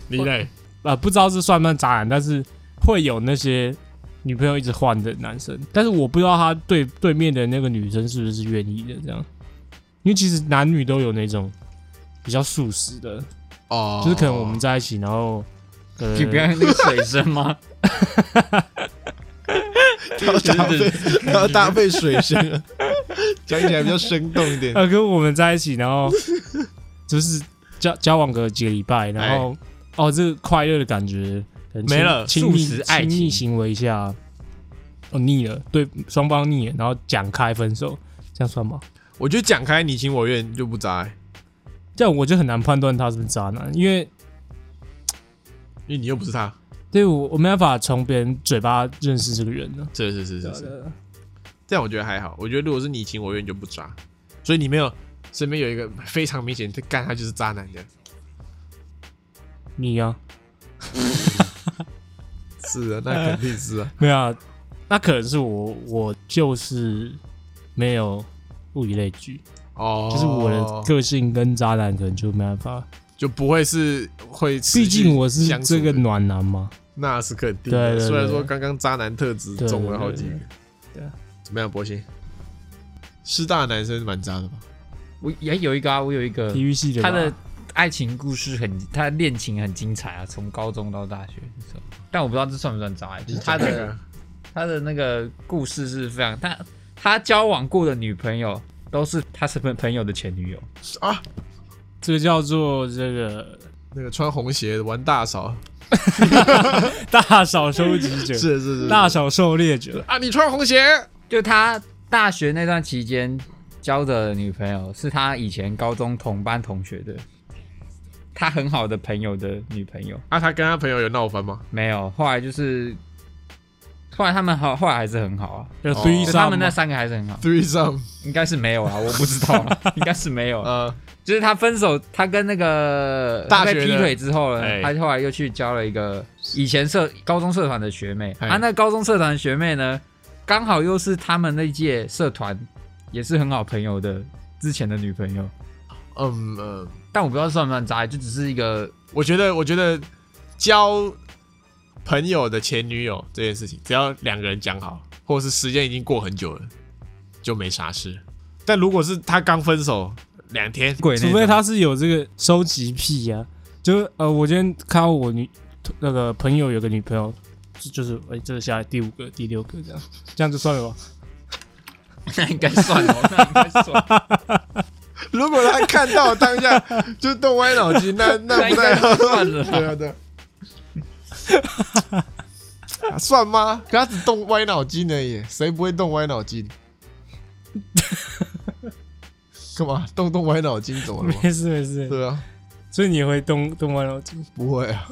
[SPEAKER 2] 你嘞？
[SPEAKER 3] 啊、不知道是算不算渣男，但是会有那些女朋友一直换的男生，但是我不知道他对对面的那个女生是不是愿意的这样，因为其实男女都有那种比较素食的，
[SPEAKER 2] 哦
[SPEAKER 3] 就是可能我们在一起，然后呃，
[SPEAKER 4] 你不要那个水声吗？ *laughs*
[SPEAKER 2] 要搭配，要搭配水声啊，讲起来比较生动一点。
[SPEAKER 3] 呃，跟我们在一起，然后就是交交往个几个礼拜，然后哦，这个快乐的感觉可能亲
[SPEAKER 4] 哎没了
[SPEAKER 3] 亲密
[SPEAKER 4] 素食爱
[SPEAKER 3] 亲密
[SPEAKER 4] 情
[SPEAKER 3] 行为一下，哦腻了，对双方腻了，然后讲开分手，这样算吗？
[SPEAKER 2] 我觉得讲开你情我愿就不渣、欸，
[SPEAKER 3] 这样我就很难判断他是不是渣男，因为
[SPEAKER 2] 因为你又不是他。
[SPEAKER 3] 对我我没办法从别人嘴巴认识这个人呢。
[SPEAKER 2] 是是是是是，
[SPEAKER 3] 对啊
[SPEAKER 2] 这样我觉得还好。我觉得如果是你情我愿就不渣，所以你没有身边有一个非常明显，他干他就是渣男的。
[SPEAKER 3] 你
[SPEAKER 4] 啊
[SPEAKER 3] 呀、
[SPEAKER 2] 是啊，那肯定是 *laughs* 啊。
[SPEAKER 3] 没有、啊，那可能是我我就是没有物以类聚，
[SPEAKER 2] 哦，
[SPEAKER 3] 就是我的个性跟渣男可能就没办法。
[SPEAKER 2] 就不会是会，
[SPEAKER 3] 毕竟我是这个，暖男嘛，
[SPEAKER 2] 那是肯定
[SPEAKER 3] 对
[SPEAKER 2] 的。
[SPEAKER 3] 对对
[SPEAKER 2] 虽然说刚刚渣男特质
[SPEAKER 3] 对对
[SPEAKER 2] 中了好几个
[SPEAKER 3] 对，对对
[SPEAKER 2] 怎么样，博鑫？师大的男生蛮渣的吧？
[SPEAKER 4] 我也有一个啊，我有一个
[SPEAKER 3] 体，育系的吧
[SPEAKER 4] 他的爱情故事很，他的恋情很精彩啊，从高中到大学的时候，但我不知道这算不算渣、欸，就是他的他的那个故事是非常，他他交往过的女朋友都是他身边朋友的前女友，
[SPEAKER 2] *laughs* 啊，
[SPEAKER 3] 这个叫做
[SPEAKER 2] *laughs*
[SPEAKER 3] 这个
[SPEAKER 2] 那个穿红鞋玩大嫂，
[SPEAKER 3] 大嫂收集者，
[SPEAKER 2] 是是是
[SPEAKER 3] 大嫂狩猎者，
[SPEAKER 2] 啊，你穿红鞋，
[SPEAKER 4] 就他大学那段期间交的女朋友是他以前高中同班同学的，他很好的朋友的女朋友。
[SPEAKER 2] 啊，他跟他朋友有闹翻吗？
[SPEAKER 4] 没有，后来就是，后来他们好，后来还是很好啊，
[SPEAKER 3] 有
[SPEAKER 2] 哦
[SPEAKER 3] 对
[SPEAKER 4] 就他们那三个还是很好，
[SPEAKER 2] Three some，
[SPEAKER 4] 应该是没有啊，我不知道啊，应该是没有啊，
[SPEAKER 2] 呃，
[SPEAKER 4] 就是他分手，他跟那个
[SPEAKER 2] 大
[SPEAKER 4] 他被
[SPEAKER 2] 学的
[SPEAKER 4] 劈腿之后
[SPEAKER 2] 哎
[SPEAKER 4] 呢，他后来又去交了一个以前社高中社团的学妹，
[SPEAKER 2] 哎
[SPEAKER 4] 啊，那高中社团的学妹呢，刚好又是他们那届社团也是很好朋友的之前的女朋友，
[SPEAKER 2] 嗯嗯，
[SPEAKER 4] 但我不知道算不算渣，就只是一个
[SPEAKER 2] 我觉得，我觉得交朋友的前女友这件事情，只要两个人讲好，或者是时间已经过很久了，就没啥事。但如果是他刚分手两天，
[SPEAKER 4] 鬼那种，
[SPEAKER 3] 除非他是有这个收集癖呀、就呃，我今天看到我女那个朋友有个女朋友，就就是哎、这个下来第五个、第六个这样，这样就算了吧。
[SPEAKER 4] 那应该算哦，那应该算。
[SPEAKER 2] *laughs* 如果他看到当 *laughs* 下就动歪脑筋，那那
[SPEAKER 4] 那
[SPEAKER 2] 不
[SPEAKER 4] 应
[SPEAKER 2] 太
[SPEAKER 4] 该
[SPEAKER 2] 好
[SPEAKER 4] 就。算了啦
[SPEAKER 2] *laughs* 对啊，对啊。啊算吗？可他只动歪脑筋而已，谁不会动歪脑 *laughs* 筋？干嘛动动歪脑筋怎 *laughs* 么了吗？
[SPEAKER 3] 没事没事，
[SPEAKER 2] 对啊，
[SPEAKER 3] 所以你也会动动歪脑筋，
[SPEAKER 2] 不会啊。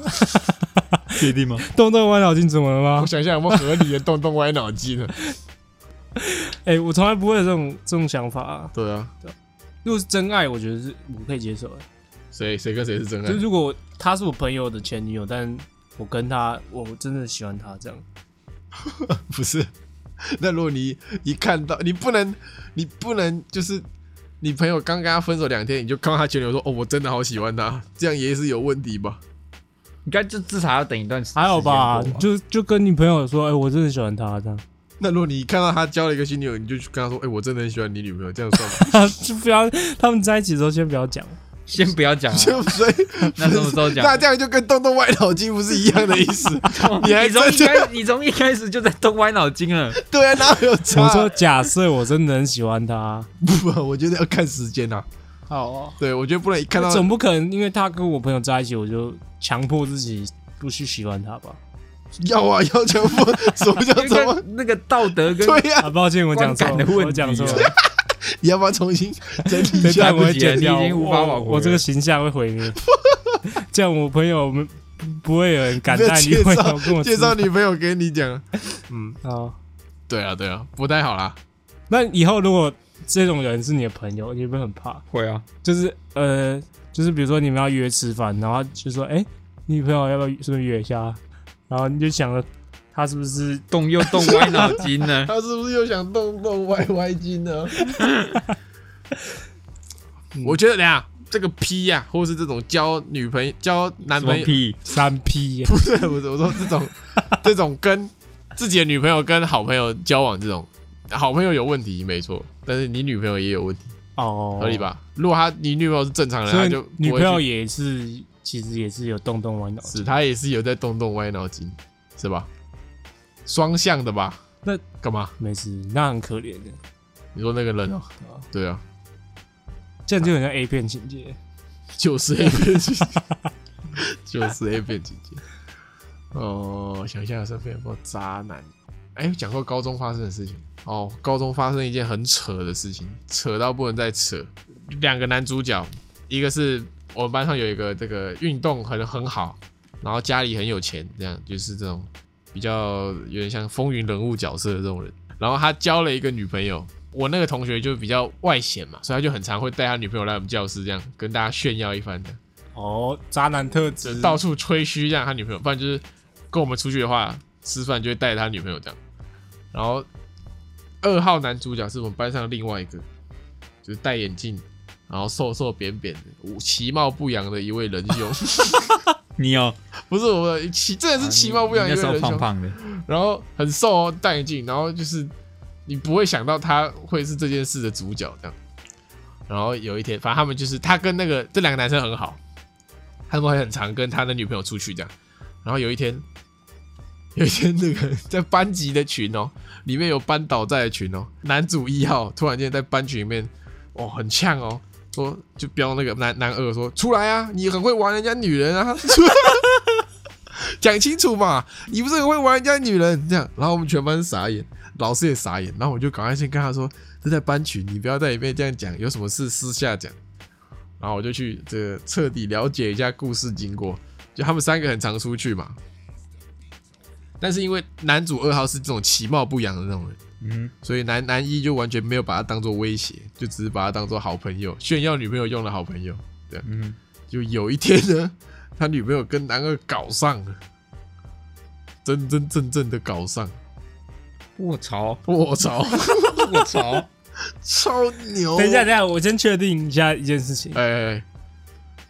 [SPEAKER 4] 确定吗？
[SPEAKER 3] 动动歪脑筋怎么了吗
[SPEAKER 2] 我？想一下有没有合理的动动歪脑筋呢？
[SPEAKER 3] 哎、我从来不会有这种这种想法、啊。
[SPEAKER 2] *laughs* 对啊，
[SPEAKER 3] 如果是真爱，我觉得是我可以接受的。
[SPEAKER 2] 谁谁跟谁是真
[SPEAKER 3] 就是
[SPEAKER 2] 爱？
[SPEAKER 3] 如果她是我朋友的前女友，但我跟她，我真的喜欢她这样。
[SPEAKER 2] *laughs* 不是？那如果你一看到你不能，你不能就是你朋友刚跟他分手两天，你就看到他前女友说：“哦，我真的好喜欢他。” *laughs* 这样也是有问题吧？
[SPEAKER 4] *laughs* 应该就至少要等一段时间
[SPEAKER 3] 还好吧
[SPEAKER 4] 过，
[SPEAKER 3] 就就跟你朋友说，哎、我真的喜欢她这样， *laughs*
[SPEAKER 2] 那如果你看到他交了一个新女友，你就去跟他说：“哎、我真的很喜欢你女朋友。”这样算吗？
[SPEAKER 3] 就不要他们在一起的时候先不要讲。
[SPEAKER 4] 先 *laughs* 不要讲啊，
[SPEAKER 2] 就所以
[SPEAKER 4] 那什么时候讲？
[SPEAKER 2] 那这样就跟动动歪脑筋不是一样的意
[SPEAKER 4] *laughs*
[SPEAKER 2] 思？你还
[SPEAKER 4] 哦你从
[SPEAKER 2] 真
[SPEAKER 4] 一 *laughs* 开你从一开始就在动歪脑筋了，
[SPEAKER 2] 对啊？哪有差？
[SPEAKER 3] *laughs* 我说假设我真的很喜欢她，
[SPEAKER 2] 不，我觉得要看时间啊。
[SPEAKER 3] 好、哦，
[SPEAKER 2] 对，我觉得不能一看到
[SPEAKER 3] 我总不可能因为她跟我朋友在一起，我就强迫自己不去喜欢
[SPEAKER 4] *laughs*
[SPEAKER 3] 她吧？
[SPEAKER 2] 要啊，要强迫，什么叫
[SPEAKER 4] 因为
[SPEAKER 2] 怎么？
[SPEAKER 4] 跟那个道德跟
[SPEAKER 2] 对呀、
[SPEAKER 3] 啊，抱歉，我讲错
[SPEAKER 4] 观感的问
[SPEAKER 3] 了，
[SPEAKER 4] 题啊
[SPEAKER 3] 我讲错了，
[SPEAKER 2] 你要不要重新整理一
[SPEAKER 3] 这
[SPEAKER 2] 下
[SPEAKER 3] 段？我会
[SPEAKER 4] 不及了
[SPEAKER 3] 剪掉，
[SPEAKER 4] 你已经无法挽
[SPEAKER 3] 我
[SPEAKER 4] 回了
[SPEAKER 3] 我这个形象会毁灭，这样我朋友们不不会有人感
[SPEAKER 2] 你
[SPEAKER 3] 叹
[SPEAKER 2] 要
[SPEAKER 3] 你
[SPEAKER 2] 介
[SPEAKER 3] 为什
[SPEAKER 2] 绍
[SPEAKER 3] 么
[SPEAKER 4] *laughs*
[SPEAKER 3] *laughs* 跟我
[SPEAKER 2] 介绍女朋友给你讲，
[SPEAKER 3] 啊。
[SPEAKER 2] 对啊对啊，不太好啦。
[SPEAKER 3] 那以后如果这种人是你的朋友，你会不会很怕？
[SPEAKER 4] 会啊，
[SPEAKER 3] 就是呃，就是比如说你们要约吃饭，然后就说，哎、你女朋友要不要顺便约一下？然后你就想着他是不是
[SPEAKER 4] 动又动歪脑筋
[SPEAKER 2] *laughs*
[SPEAKER 4] 呢？
[SPEAKER 2] 他是不是又想动动歪歪筋呢？ *laughs* 我觉得，等一下这个 P 呀、或是这种交女朋友、交男
[SPEAKER 4] 什
[SPEAKER 2] 朋
[SPEAKER 4] 么
[SPEAKER 2] 友，
[SPEAKER 4] 屁？
[SPEAKER 3] 三 P 啊呀、
[SPEAKER 2] 不是，我我说这种这种跟自己的女朋友跟好朋友交往这种，好朋友有问题没错，但是你女朋友也有问题，
[SPEAKER 3] 哦，
[SPEAKER 2] 合理？吧？如果他你女朋友是正常人，
[SPEAKER 3] 所
[SPEAKER 2] 他
[SPEAKER 3] 以
[SPEAKER 2] 就不会
[SPEAKER 3] 女朋友
[SPEAKER 2] 去
[SPEAKER 3] 也是，其实也是有动动玩脑筋。
[SPEAKER 2] 是他也是有在动动歪脑筋，是吧？双向的吧？
[SPEAKER 3] 那
[SPEAKER 2] 干嘛？
[SPEAKER 3] 没事，那很可怜的。
[SPEAKER 2] 你说那个人哦、对啊，
[SPEAKER 3] 这样就很像 A 片情节。
[SPEAKER 2] 就是 A 片情节， *laughs* 就是 A 片情节。哦，想一下有身边有没有渣男？哎，讲过高中发生的事情哦。高中发生一件很扯的事情，扯到不能再扯。两个男主角，一个是我们班上有一个这个运动很很好，然后家里很有钱，这样就是这种比较有点像风云人物角色的这种人。然后他交了一个女朋友，我那个同学就比较外显嘛，所以他就很常会带他女朋友来我们教室，这样跟大家炫耀一番的。
[SPEAKER 3] 哦，渣男
[SPEAKER 2] 就
[SPEAKER 3] 特质。
[SPEAKER 2] 到处吹嘘这样他女朋友，不然就是跟我们出去的话，吃饭就会带着他女朋友这样。然后二号男主角是我们班上的另外一个，就是戴眼镜，然后瘦瘦扁扁的，其貌不扬的一位仁兄， *laughs*
[SPEAKER 4] 你哦，
[SPEAKER 2] 不是我的其真的是其貌不扬
[SPEAKER 4] 啊你
[SPEAKER 2] 一
[SPEAKER 4] 那
[SPEAKER 2] 位
[SPEAKER 4] 时候
[SPEAKER 2] 仁
[SPEAKER 4] 胖
[SPEAKER 2] 兄，
[SPEAKER 4] 胖的，
[SPEAKER 2] 然后很瘦哦，戴眼镜，然后就是你不会想到他会是这件事的主角这样。然后有一天，反正他们就是他跟那个这两个男生很好，他们会很常跟他的女朋友出去这样。然后有一天， *laughs* 有一天那个在班级的群哦，里面有班导在的群哦，男主一号突然间在班群里面，哦，很呛哦。说就标那个男男二说出来啊，你很会玩人家女人啊， *laughs* 讲清楚嘛，你不是很会玩人家女人这样，然后我们全班傻眼，老师也傻眼，然后我就赶快先跟他说，这在班群，你不要在里面这样讲，有什么事私下讲。然后我就去这个彻底了解一下故事经过，就他们三个很常出去嘛，但是因为男主二号是这种其貌不扬的那种人，
[SPEAKER 4] 嗯，
[SPEAKER 2] 所以男男一就完全没有把他当做威胁，就只是把他当做好朋友，炫耀女朋友用的好朋友。
[SPEAKER 4] 嗯，
[SPEAKER 2] 就有一天呢，他女朋友跟男二搞上了，真真正正的搞上，
[SPEAKER 4] 我操，
[SPEAKER 2] 我操，
[SPEAKER 4] 我操，
[SPEAKER 2] 超牛！
[SPEAKER 3] 等一下，，等一下，我先确定一下一件事情，
[SPEAKER 2] 哎、哎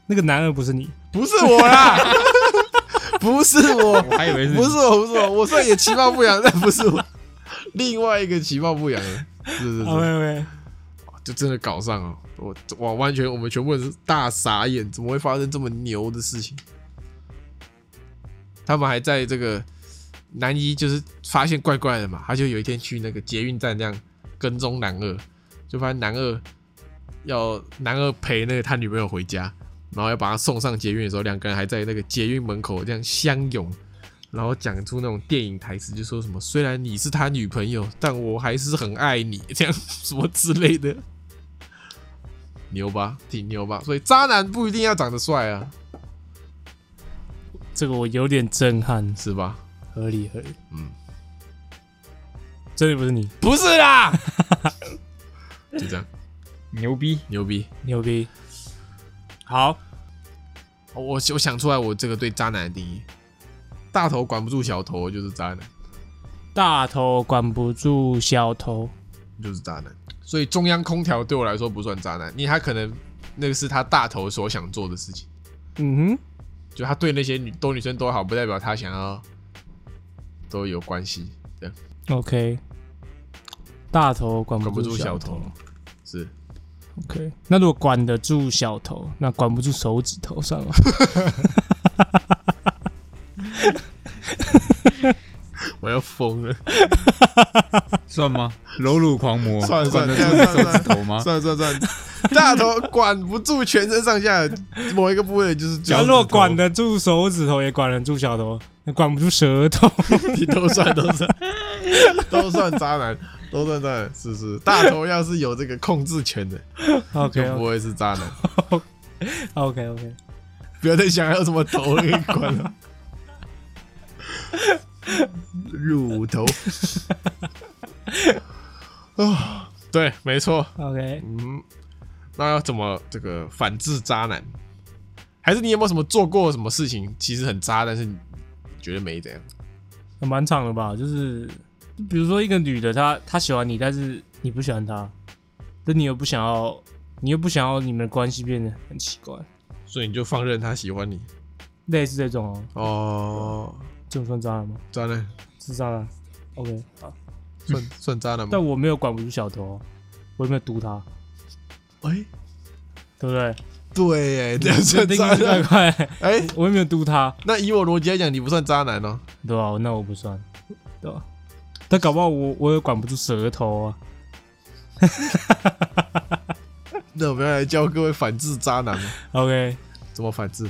[SPEAKER 3] 那个男二不是你，
[SPEAKER 2] 不是我啦， *laughs* 不是我，
[SPEAKER 4] *laughs* 我还以为是
[SPEAKER 2] 不是我，不是我，我虽然也其貌不扬，但不是我，另外一个其貌不扬的，是是
[SPEAKER 3] 啊
[SPEAKER 2] 是。
[SPEAKER 3] OK，
[SPEAKER 2] 就真的搞上了，我我完全我们全部人是大傻眼，怎么会发生这么牛的事情？他们还在这个男一就是发现怪怪的嘛，他就有一天去那个捷运站这样跟踪男二，就发现男二要男二陪那个他女朋友回家，然后要把他送上捷运的时候，两个人还在那个捷运门口这样相拥，然后讲出那种电影台词，就说什么“虽然你是他女朋友，但我还是很爱你”这样什么之类的，牛吧，挺牛吧。所以渣男不一定要长得帅啊，
[SPEAKER 3] 这个我有点震撼，
[SPEAKER 2] 是吧？
[SPEAKER 3] 合理合理，
[SPEAKER 2] 嗯，
[SPEAKER 3] 真的不是你，
[SPEAKER 2] 不是啦， *laughs* 就这样，
[SPEAKER 4] 牛逼，
[SPEAKER 2] 牛逼。
[SPEAKER 3] 牛逼。好，
[SPEAKER 2] 我我想出来我这个对渣男的定义：大头管不住小头就是渣男，
[SPEAKER 3] 大头管不住小头，
[SPEAKER 2] 就是渣男。所以中央空调对我来说不算渣男，因为他可能那个是他大头所想做的事情。
[SPEAKER 3] 嗯哼，
[SPEAKER 2] 就他对那些女都女生都好，不代表他想要都有关系，这样
[SPEAKER 3] OK，大头管
[SPEAKER 2] 管不
[SPEAKER 3] 住
[SPEAKER 2] 住小
[SPEAKER 3] 头
[SPEAKER 2] 头。是
[SPEAKER 3] OK，那如果管得住小头，那管不住手指头算
[SPEAKER 2] *laughs*
[SPEAKER 3] 了。
[SPEAKER 2] 我要疯了，
[SPEAKER 4] 算吗？柔乳狂魔，
[SPEAKER 2] 算了算
[SPEAKER 4] 管
[SPEAKER 2] 了
[SPEAKER 4] 得住
[SPEAKER 2] 算了
[SPEAKER 4] 手指头吗？
[SPEAKER 2] 算了算了算了，大头管不住全身上下某一个部位就是脚
[SPEAKER 3] 那
[SPEAKER 2] 趾头，
[SPEAKER 3] 如果管得住手指头，也管得住小头，那管不住舌头。
[SPEAKER 2] 你都算都算 *laughs* 都算渣男，都算渣男，是是，大头要是有这个控制权的，就
[SPEAKER 3] OK
[SPEAKER 2] 不会是渣男，
[SPEAKER 3] OK OK，
[SPEAKER 2] 不要再想还有什么头可以管了， *laughs* 乳头 *laughs* 啊，对，没错。
[SPEAKER 3] OK，
[SPEAKER 2] 嗯，那要怎么这个反制渣男？还是你有没有什么做过什么事情，其实很渣，但是你觉得没怎样？
[SPEAKER 3] 蛮长的吧？就是比如说一个女的，她她喜欢你，但是你不喜欢她，但你又不想要，你又不想要你们的关系变得很奇怪，
[SPEAKER 2] 所以你就放任他喜欢你
[SPEAKER 3] 类似这种哦，
[SPEAKER 2] 哦，
[SPEAKER 3] 这种算渣男吗？
[SPEAKER 2] 渣男
[SPEAKER 3] 是渣男。OK，好，
[SPEAKER 2] 算算渣男吗
[SPEAKER 3] 但？我没有管不住小头，哦我也没有毒他，
[SPEAKER 2] 哎、
[SPEAKER 3] 对不对？
[SPEAKER 2] 对 *laughs* 耶，这样算
[SPEAKER 3] 定
[SPEAKER 2] 渣
[SPEAKER 3] 义怪
[SPEAKER 2] *laughs* 男。
[SPEAKER 3] 怪，
[SPEAKER 2] 哎、
[SPEAKER 3] 我也没有毒他，
[SPEAKER 2] 那以我逻辑来讲，你不算渣男哦。
[SPEAKER 3] 对吧、那我不算，对吧、但搞不好我我也管不住舌头啊，
[SPEAKER 2] 那我们要来教各位反制渣男了
[SPEAKER 3] OK，
[SPEAKER 2] 怎么反制。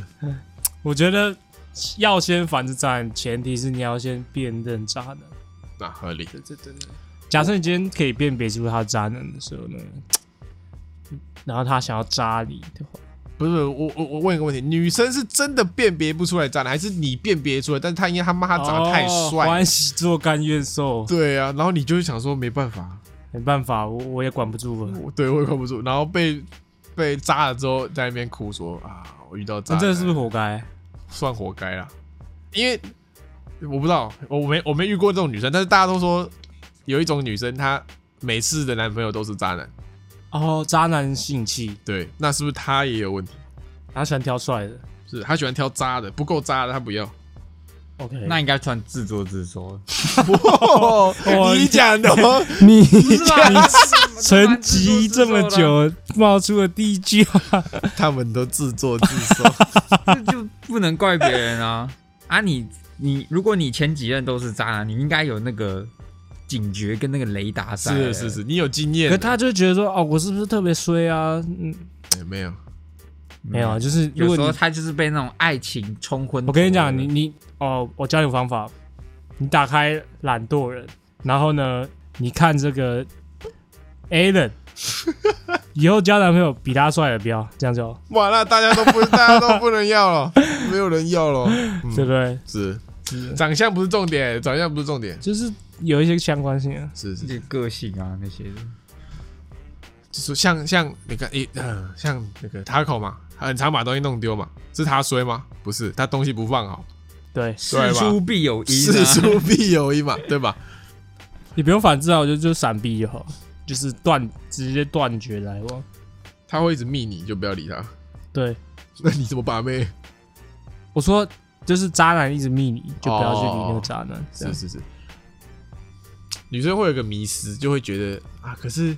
[SPEAKER 3] 我觉得要先反着站，前提是你要先辨认渣男。
[SPEAKER 2] 那合理，
[SPEAKER 1] 这这真的
[SPEAKER 3] 假设你今天可以辨别出他渣男的时候呢，然后他想要渣你的话，
[SPEAKER 2] 不是不是我我我问一个问题：女生是真的辨别不出来渣男，还是你辨别出来？但是他因为他妈他长得太
[SPEAKER 3] 哦
[SPEAKER 2] 帅，
[SPEAKER 3] 欢喜做甘愿受，
[SPEAKER 2] 对啊，然后你就会想说没办法，
[SPEAKER 3] 没办法，我我也管不住了。
[SPEAKER 2] 我对我也控不住，然后被被扎了之后，在那边哭说啊，我遇到渣
[SPEAKER 3] 那
[SPEAKER 2] 男，
[SPEAKER 3] 这是不是活该？
[SPEAKER 2] 算活该啦，因为我不知道，我没我没遇过这种女生，但是大家都说有一种女生，她每次的男朋友都是渣男，
[SPEAKER 3] 哦，渣男性气，
[SPEAKER 2] 对，那是不是她也有问题？
[SPEAKER 3] 他喜欢挑帅的。
[SPEAKER 2] 是她喜欢挑渣的，不够渣的她不要。
[SPEAKER 3] OK，
[SPEAKER 4] 那应该算自作
[SPEAKER 2] *laughs*
[SPEAKER 4] 自受。
[SPEAKER 2] 哦 *laughs*
[SPEAKER 3] 哇
[SPEAKER 2] 你讲的哦，
[SPEAKER 3] 你 *laughs*
[SPEAKER 4] 是
[SPEAKER 2] 啊
[SPEAKER 4] *laughs* 吧
[SPEAKER 3] 你
[SPEAKER 4] 你
[SPEAKER 3] 沉寂这么，久，冒出了第一句话，
[SPEAKER 2] 他们都自作自受。
[SPEAKER 4] 这就不能怪别人啊！啊你，你如果你前几任都是渣男，你应该有那个警觉跟那个雷达在。嗯
[SPEAKER 2] 是是是，，你有经
[SPEAKER 3] *laughs* 可
[SPEAKER 2] 验？
[SPEAKER 3] 他就觉得说，哦，我是不是特别衰啊？嗯，
[SPEAKER 2] 哎没有，
[SPEAKER 3] 没有啊，就是如
[SPEAKER 4] 有
[SPEAKER 3] 果
[SPEAKER 4] 时
[SPEAKER 3] 你
[SPEAKER 4] 候他就是被那种爱情冲昏头了。
[SPEAKER 3] 我跟你讲，你你哦，我教你个方法，你打开懒惰人，然后呢，你看这个 *laughs*
[SPEAKER 4] *laughs*
[SPEAKER 3] Alan，以后交男朋友比他帅的不要，这样就
[SPEAKER 4] 嗯
[SPEAKER 3] 好、
[SPEAKER 2] 哇，那大家都不，大家都不能要了， *laughs* 没有人要了。嗯
[SPEAKER 3] 对不对？
[SPEAKER 2] 是，长相不是重点，长相不是重点，
[SPEAKER 3] 就是有一些相关性啊。
[SPEAKER 2] 是
[SPEAKER 4] 自
[SPEAKER 2] 是，
[SPEAKER 4] 己个性啊那些的，
[SPEAKER 2] 就是像像你看，诶、呃像那个 Taco 嘛，他很常把东西弄丢嘛，是他衰吗？不是，他东西不放好，
[SPEAKER 3] 对，
[SPEAKER 2] 吧
[SPEAKER 4] 事出必有因、
[SPEAKER 2] 事
[SPEAKER 4] 啊。
[SPEAKER 2] 出必有因 *laughs* 嘛，对吧？
[SPEAKER 3] 你不用反制啊，我觉得就闪避就好，就是断直接断绝来往。
[SPEAKER 2] 他会一直密你，就不要理他。
[SPEAKER 3] 对，
[SPEAKER 2] *laughs* 那你怎么把妹？
[SPEAKER 3] 我说就是渣男一直密你，就不要去理那个
[SPEAKER 2] 哦
[SPEAKER 3] 渣男。这
[SPEAKER 2] 是
[SPEAKER 3] 样
[SPEAKER 2] 是是，女生会有个迷失，就会觉得啊，可是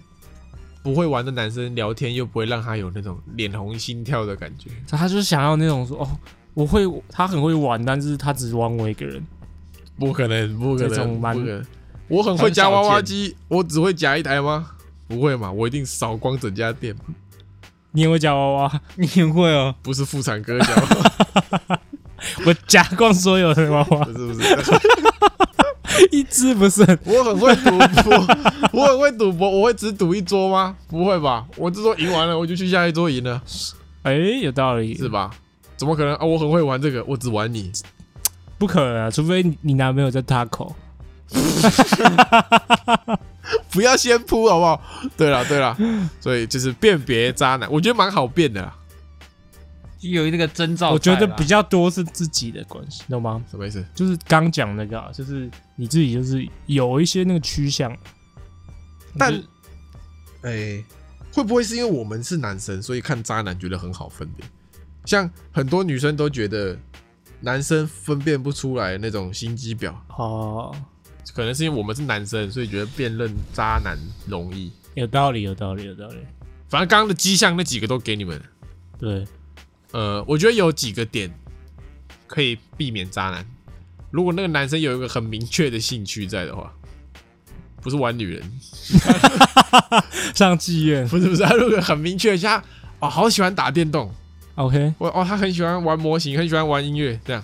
[SPEAKER 2] 不会玩的男生聊天又不会让他有那种脸红心跳的感觉。
[SPEAKER 3] 他就是想要那种说哦，我会他很会玩，但是他只玩我一个人。
[SPEAKER 2] 不可能，不可
[SPEAKER 3] 这
[SPEAKER 2] 能，
[SPEAKER 3] 种
[SPEAKER 2] 不
[SPEAKER 3] 蛮
[SPEAKER 2] 可能。我很会夹娃娃机，我只会夹一台吗？不会嘛，我一定扫光整家店，
[SPEAKER 3] 你也会夹娃娃，
[SPEAKER 4] 你很会哦，
[SPEAKER 2] 不是妇产科
[SPEAKER 3] *laughs*
[SPEAKER 2] 夹，
[SPEAKER 3] 我夹光所有的娃娃
[SPEAKER 2] *laughs* 不，是不是。
[SPEAKER 3] 一只不剩。
[SPEAKER 2] 我很会赌博，我很会赌博，我会只赌一桌吗？不会吧，我这桌赢完了，我就去下一桌赢了，
[SPEAKER 3] 哎、有道理，
[SPEAKER 2] 是吧？怎么可能啊？我很会玩这个，我只玩你，
[SPEAKER 3] 不可能啊，除非你你男朋友在 taco。
[SPEAKER 2] 不要先扑好不好？对了对了，所以就是辨别渣男，我觉得蛮好辨的啦。
[SPEAKER 4] 就有那个征兆在啦。
[SPEAKER 3] 我觉得
[SPEAKER 4] *laughs*
[SPEAKER 3] 比较多是自己的关系，懂吗？
[SPEAKER 2] 什么意思？
[SPEAKER 3] 就是刚讲那个、啊，就是你自己就是有一些那个趋向，
[SPEAKER 2] 但
[SPEAKER 3] 就是
[SPEAKER 2] 哎、会不会是因为我们是男生，所以看渣男觉得很好分辨？像很多女生都觉得男生分辨不出来那种心机婊，
[SPEAKER 3] 哦，
[SPEAKER 2] 可能是因为我们是男生，所以觉得辨认渣男容易。
[SPEAKER 3] 有道理，有道理，有道理。
[SPEAKER 2] 反正刚刚的迹象那几个都给你们了，
[SPEAKER 3] 对，
[SPEAKER 2] 呃，我觉得有几个点可以避免渣男。如果那个男生有一个很明确的兴趣在的话，不是玩女人，
[SPEAKER 3] 上妓院
[SPEAKER 2] 不是不是，他如果很明确，像他哦，好喜欢打电动，
[SPEAKER 3] ，OK，,
[SPEAKER 2] 我哦，他很喜欢玩模型，很喜欢玩音乐，这样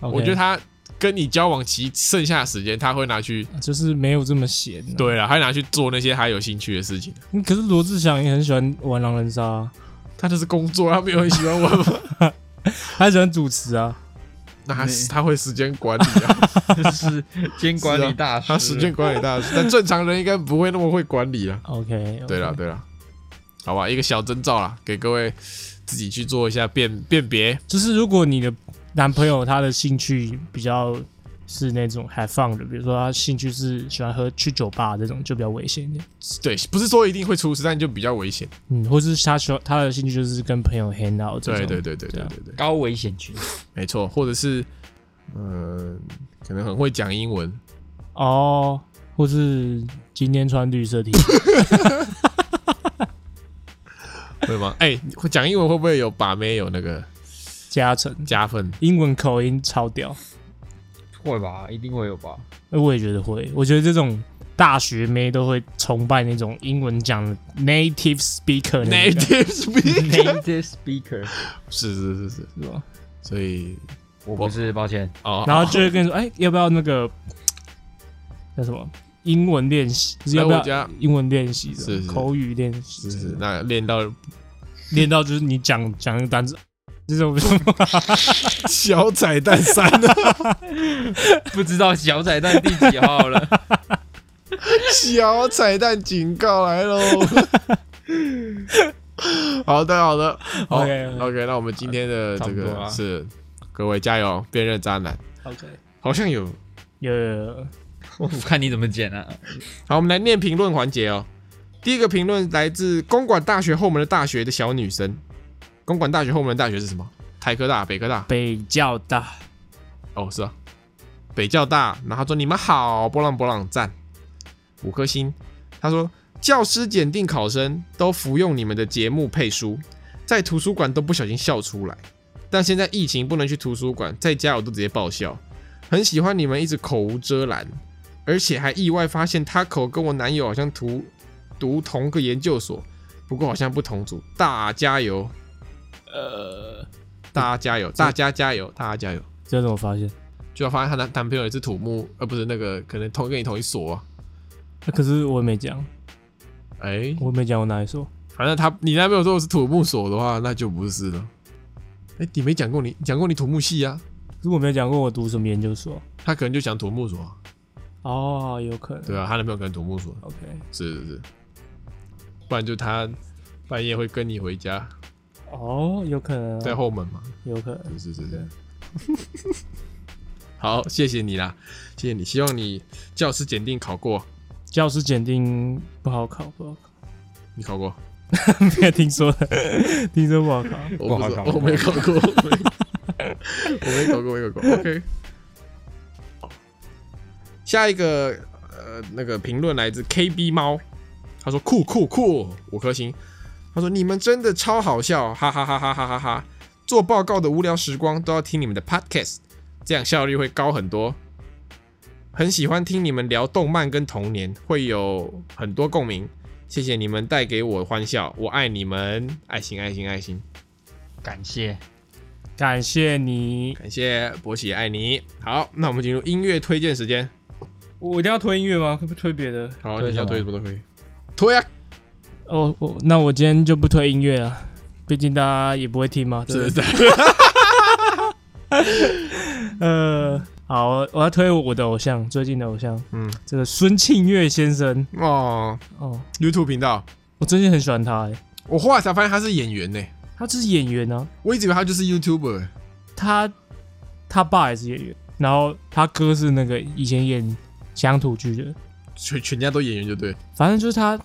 [SPEAKER 3] o k
[SPEAKER 2] 我觉得他跟你交往期剩下的时间，他会拿去，
[SPEAKER 3] 就是没有这么闲、啊。
[SPEAKER 2] 对了，他会拿去做那些他有兴趣的事情。
[SPEAKER 3] 嗯，可是罗志祥也很喜欢玩狼人杀啊、
[SPEAKER 2] 他就是工作，他没有很喜欢玩吗？
[SPEAKER 3] 他喜欢主持啊。
[SPEAKER 2] 那他他会时间管理啊，
[SPEAKER 4] 就是监管理大师，
[SPEAKER 2] 他时间管理大师，但正常人应该不会那么会管理啊。
[SPEAKER 3] OK，,
[SPEAKER 2] 对了，对了，好吧，一个小征兆啦，给各位自己去做一下辨辨别。
[SPEAKER 3] 就是如果你的男朋友他的兴趣比较是那种还放的，比如说他兴趣是喜欢喝去酒吧这种，就比较危险一点。
[SPEAKER 2] 对，不是说一定会出事，但就比较危险。
[SPEAKER 3] 嗯，或是他喜欢他的兴趣就是跟朋友 hang out 这
[SPEAKER 2] 对
[SPEAKER 3] 种。
[SPEAKER 2] 对对对对
[SPEAKER 3] 对啊
[SPEAKER 2] 对对，
[SPEAKER 4] 高危险群。
[SPEAKER 2] 没错，或者是嗯、可能很会讲英文，
[SPEAKER 3] 哦，或是今天穿绿色 T，
[SPEAKER 2] 会吗？哎、你会讲英文会不会有把妹有那个
[SPEAKER 3] *laughs* 加成，
[SPEAKER 2] 加分？
[SPEAKER 3] 英文口音超屌。
[SPEAKER 4] 会吧，一定会有吧。 *laughs*
[SPEAKER 3] 呃我也觉得会，我觉得这种大学妹都会崇拜那种英文讲的 native speaker 那种
[SPEAKER 2] native speaker，
[SPEAKER 4] Native speaker
[SPEAKER 2] 是是是是，
[SPEAKER 4] 是吧？
[SPEAKER 2] 所以
[SPEAKER 4] 我不是，抱歉，
[SPEAKER 2] 哦，
[SPEAKER 3] 然后就会跟你
[SPEAKER 2] *laughs*
[SPEAKER 3] 说，哎、要不要那个叫什么英文练习？就是要不
[SPEAKER 2] 来我家
[SPEAKER 3] 要英文练习？
[SPEAKER 2] 是是
[SPEAKER 3] 口语练习
[SPEAKER 2] 是，是那练到
[SPEAKER 3] 练到就是你讲讲那个单词，这种
[SPEAKER 2] *laughs* 小彩蛋三了，
[SPEAKER 4] 不知道小彩蛋第几号了。
[SPEAKER 2] 小彩蛋警告来 *laughs* 喽。好的，好的好
[SPEAKER 3] OK，OK
[SPEAKER 2] OK，那我们今天的这
[SPEAKER 4] 差不多
[SPEAKER 2] 个
[SPEAKER 4] 啊
[SPEAKER 2] 是各位加油，辨认渣男，
[SPEAKER 3] OK，
[SPEAKER 2] 好像有。
[SPEAKER 3] 有有有
[SPEAKER 4] *laughs* 我看你怎么剪啊？
[SPEAKER 2] 好，我们来念评论环节哦。第一个评论来自公馆大学后门的大学的小女生。公馆大学后门的大学是什么？台科大、北科大？
[SPEAKER 3] 北较大，
[SPEAKER 2] 哦，是啊，北教大。然后他说：“你们好，波浪波浪赞，五颗星。”他说：“教师检定考生都服用你们的节目配书，在图书馆都不小心笑出来。但现在疫情不能去图书馆，在家我都直接爆笑。很喜欢你们一直口无遮拦，而且还意外发现他口跟我男友好像读读同个研究所，不过好像不同组。大加油！呃，大家加油，大家加油，大家加油！”
[SPEAKER 3] 这怎么发现？啊
[SPEAKER 2] 就发现她男男朋友也是土木，呃，不是那个，可能同跟你同一所、啊。
[SPEAKER 3] 那可是我也没讲，
[SPEAKER 2] 哎、
[SPEAKER 3] 我也没讲我哪里说，
[SPEAKER 2] 反正他你男朋友说我是土木所的话，那就不是了。哎、你没讲过你讲过你土木系啊？
[SPEAKER 3] 可是我没有讲过我读什么研究所。
[SPEAKER 2] 他可能就讲土木所啊，
[SPEAKER 3] 哦，有可能。
[SPEAKER 2] 对啊，她男朋友可能土木所，
[SPEAKER 3] OK，
[SPEAKER 2] 是是是，不然就他半夜会跟你回家，
[SPEAKER 3] 哦，有可能、
[SPEAKER 2] 在
[SPEAKER 3] 哦，
[SPEAKER 2] 后门嘛，
[SPEAKER 3] 有可能。
[SPEAKER 2] 是是是是。好，谢谢你啦，谢谢你，希望你教师检定考过，
[SPEAKER 3] 教师检定不好考，不好考，
[SPEAKER 2] 你考过？
[SPEAKER 3] 没有 *laughs* 听说的，听说不好考。
[SPEAKER 2] 我不知道，
[SPEAKER 4] 不好考
[SPEAKER 2] 我没考过，我没考过，我没考过。OK，下一个呃，那个评论来自 KB 猫，他说酷酷酷，五颗星。他说你们真的超好笑，哈哈哈哈哈哈哈！做报告的无聊时光都要听你们的 Podcast，这样效率会高很多。很喜欢听你们聊动漫跟童年，会有很多共鸣。谢谢你们带给我欢笑，我爱你们，爱心爱心爱心。
[SPEAKER 4] 感谢，
[SPEAKER 3] 感谢你，
[SPEAKER 2] 感谢博喜爱你。好，那我们进入音乐推荐时间。
[SPEAKER 3] 我一定要推音乐吗？可不推别的？
[SPEAKER 2] 好，
[SPEAKER 4] 推
[SPEAKER 2] 你想
[SPEAKER 4] 什
[SPEAKER 2] 推
[SPEAKER 4] 么
[SPEAKER 2] 什么都可以。推啊！
[SPEAKER 3] 哦，我那我今天就不推音乐了，毕竟大家也不会听嘛。对不
[SPEAKER 2] 真
[SPEAKER 3] 对
[SPEAKER 2] 的，
[SPEAKER 3] 呃，好，我我要推我的偶像，最近的偶像，
[SPEAKER 2] 嗯，
[SPEAKER 3] 这个孙庆月先生。
[SPEAKER 2] 哦
[SPEAKER 3] 哦，
[SPEAKER 2] ，YouTube 频道，
[SPEAKER 3] 我最近很喜欢他，哎，
[SPEAKER 2] 我后来才发现他是演员呢、
[SPEAKER 3] 他就是演员啊，
[SPEAKER 2] 我一直以为他就是 YouTuber、欸。
[SPEAKER 3] 他他爸也是演员，然后他哥是那个以前演乡土剧的，
[SPEAKER 2] 全全家都演员就对。
[SPEAKER 3] 反正就是他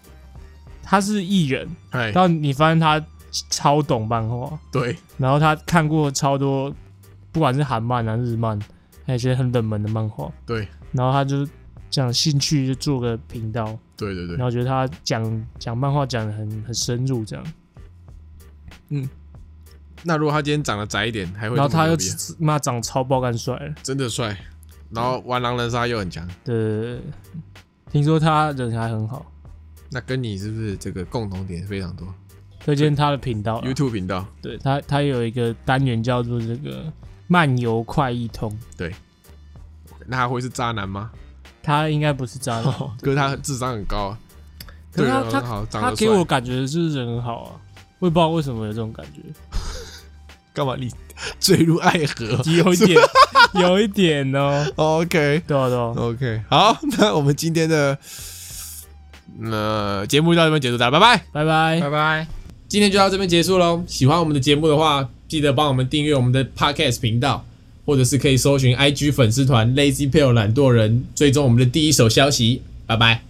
[SPEAKER 3] 他是艺人，
[SPEAKER 2] 哎，
[SPEAKER 3] 但你发现他超懂漫画，
[SPEAKER 2] 对，
[SPEAKER 3] 然后他看过超多，不管是韩漫啊、日漫，还有一些很冷门的漫画。
[SPEAKER 2] 对，
[SPEAKER 3] 然后他就这样兴趣就做个频道，
[SPEAKER 2] 对对
[SPEAKER 3] 然
[SPEAKER 2] 对，
[SPEAKER 3] 后觉得他讲讲漫画讲的很很深入这样，
[SPEAKER 2] 那如果他今天长得窄一点，还会
[SPEAKER 3] 然后
[SPEAKER 2] 这么
[SPEAKER 3] 他
[SPEAKER 2] 牛
[SPEAKER 3] 又
[SPEAKER 2] 逼啊
[SPEAKER 3] 妈长超爆干帅了，
[SPEAKER 2] 真的帅，然后玩狼人杀又很强，
[SPEAKER 3] 对对，对对听说他人还很好，
[SPEAKER 2] 那跟你是不是这个共同点非常多
[SPEAKER 3] 推荐他的频道啦，
[SPEAKER 2] ？YouTube 频道，
[SPEAKER 3] 对他他有一个单元叫做这个漫游快一通，
[SPEAKER 2] 那他会是渣男吗？
[SPEAKER 3] 他应该不是渣男，
[SPEAKER 2] 可是他智商很高啊，
[SPEAKER 3] 可
[SPEAKER 2] 哦对
[SPEAKER 3] 是他
[SPEAKER 2] 人
[SPEAKER 3] 他
[SPEAKER 2] 很好，长
[SPEAKER 3] 他
[SPEAKER 2] 得
[SPEAKER 3] 给
[SPEAKER 2] 帅。
[SPEAKER 3] 我感觉就是人很好啊，我也不知道为什么有这种感
[SPEAKER 2] *laughs*
[SPEAKER 3] 觉。
[SPEAKER 2] 干嘛
[SPEAKER 3] *laughs*
[SPEAKER 2] 你坠入爱 *laughs* 河
[SPEAKER 3] 有一点，有一点哦。
[SPEAKER 2] ？OK
[SPEAKER 3] 对啊，
[SPEAKER 2] *laughs*
[SPEAKER 3] 对啊，
[SPEAKER 2] OK，好，那我们今天的呃节目就到这边结束，大家拜拜。
[SPEAKER 3] 拜拜。
[SPEAKER 4] 拜拜。
[SPEAKER 2] 今天就到这边结束喽。喜欢我们的节目的话，记得帮我们订阅我们的 Podcast 频道，或者是可以搜寻 IG 粉丝团 Lazy p a l e 懒惰人，追踪我们的第一手消息。拜拜。